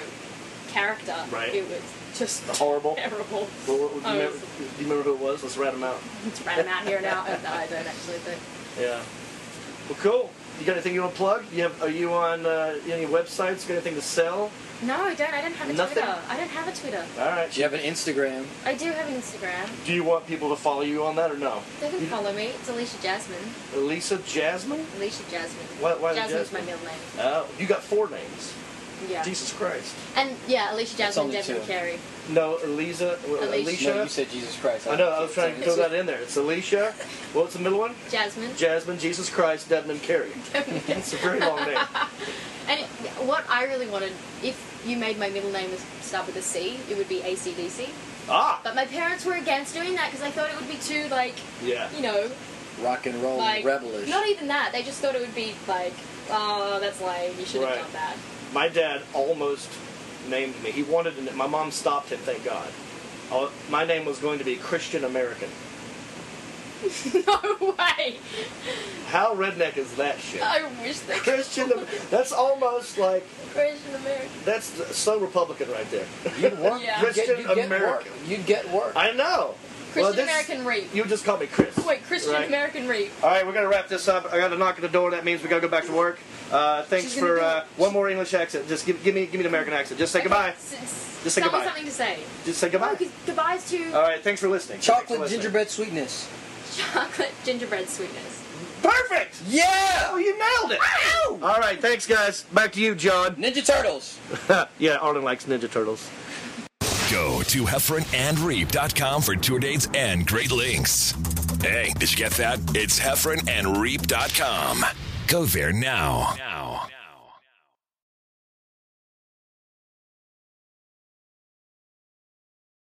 S7: character.
S3: Right.
S7: It was just
S3: Horrible.
S7: terrible.
S3: Well, what- do, you
S7: Oh,
S3: remember, do you remember who it was? Let's rat them out.
S7: It's right out here now. I I don't actually, but
S3: Yeah. Well, cool. You got anything you want to plug? You have? Are you on uh, any websites? Got anything to sell?
S7: no, I don't. I don't have a
S3: Nothing?
S7: Twitter. I don't have a Twitter.
S3: All right.
S6: Do you have an Instagram?
S7: I do have an Instagram.
S3: Do you want people to follow you on that or no?
S7: They can follow me. It's Alicia Jasmine.
S3: Elisa Jasmine?
S7: Alicia Jasmine.
S3: Why- why the
S7: Jasmine's my
S3: Jasmine?
S7: middle name.
S3: Oh, you got four names.
S7: Yeah.
S3: Jesus Christ.
S7: And yeah, Alicia
S6: That's
S7: Jasmine,
S6: only
S7: Devin
S6: two.
S7: Carey.
S3: No, Elisa. w-
S7: Alicia.
S3: Alicia.
S6: No, you said Jesus Christ.
S3: I know. I was trying to throw that in there. It's Alicia. What's the middle one?
S7: Jasmine.
S3: Jasmine, Jesus Christ, Dedman, Carey. It's a very long name.
S7: and what I really wanted, if you made my middle name start with a C, it would be ACDC.
S3: Ah.
S7: But my parents were against doing that because they thought it would be too, like,
S3: Yeah.
S7: you know,
S6: Rock and roll
S7: like.
S6: rebelish.
S7: Not even that. They just thought it would be, like, oh, that's lame. You should have
S3: Right.
S7: done that.
S3: My dad almost named me. He wanted to. My mom stopped him. Thank God. Uh, My name was going to be Christian American.
S7: no way.
S3: How redneck is that shit?
S7: I wish they could.
S3: Christian. Am- That's almost like
S7: Christian America.
S3: that's so Republican right there.
S6: You'd work.
S7: Yeah.
S6: You'd get,
S3: Christian
S6: you'd get
S3: American.
S6: work. You'd get work.
S3: I know.
S7: Christian
S3: this-
S7: American Reap.
S3: You just call me Chris.
S7: Wait, Christian
S3: right?
S7: American Reap.
S3: All right, we're gonna wrap this up. I got a knock at the door. That means we gotta go back to work. Uh, thanks
S7: She's gonna
S3: for
S7: do
S3: uh,
S7: it.
S3: one more English accent. Just give, give me give me the American accent. Just say goodbye.
S7: Just
S3: Just say goodbye.
S7: something to say.
S3: Just say
S7: Oh,
S3: goodbye. Uh,
S7: 'cause goodbye's too
S3: All right, thanks for listening. Thanks for
S6: Chocolate
S3: listening.
S6: gingerbread sweetness.
S7: chocolate gingerbread sweetness.
S3: Perfect.
S6: Yeah.
S3: Oh, you nailed it. All right, thanks guys. Back to you, John.
S6: Ninja Turtles.
S3: yeah, Arlen likes Ninja Turtles.
S1: Go to heffronandreap.com for tour dates and great links. Hey, did you get that? It's heffronandreap.com. Go there now. Now.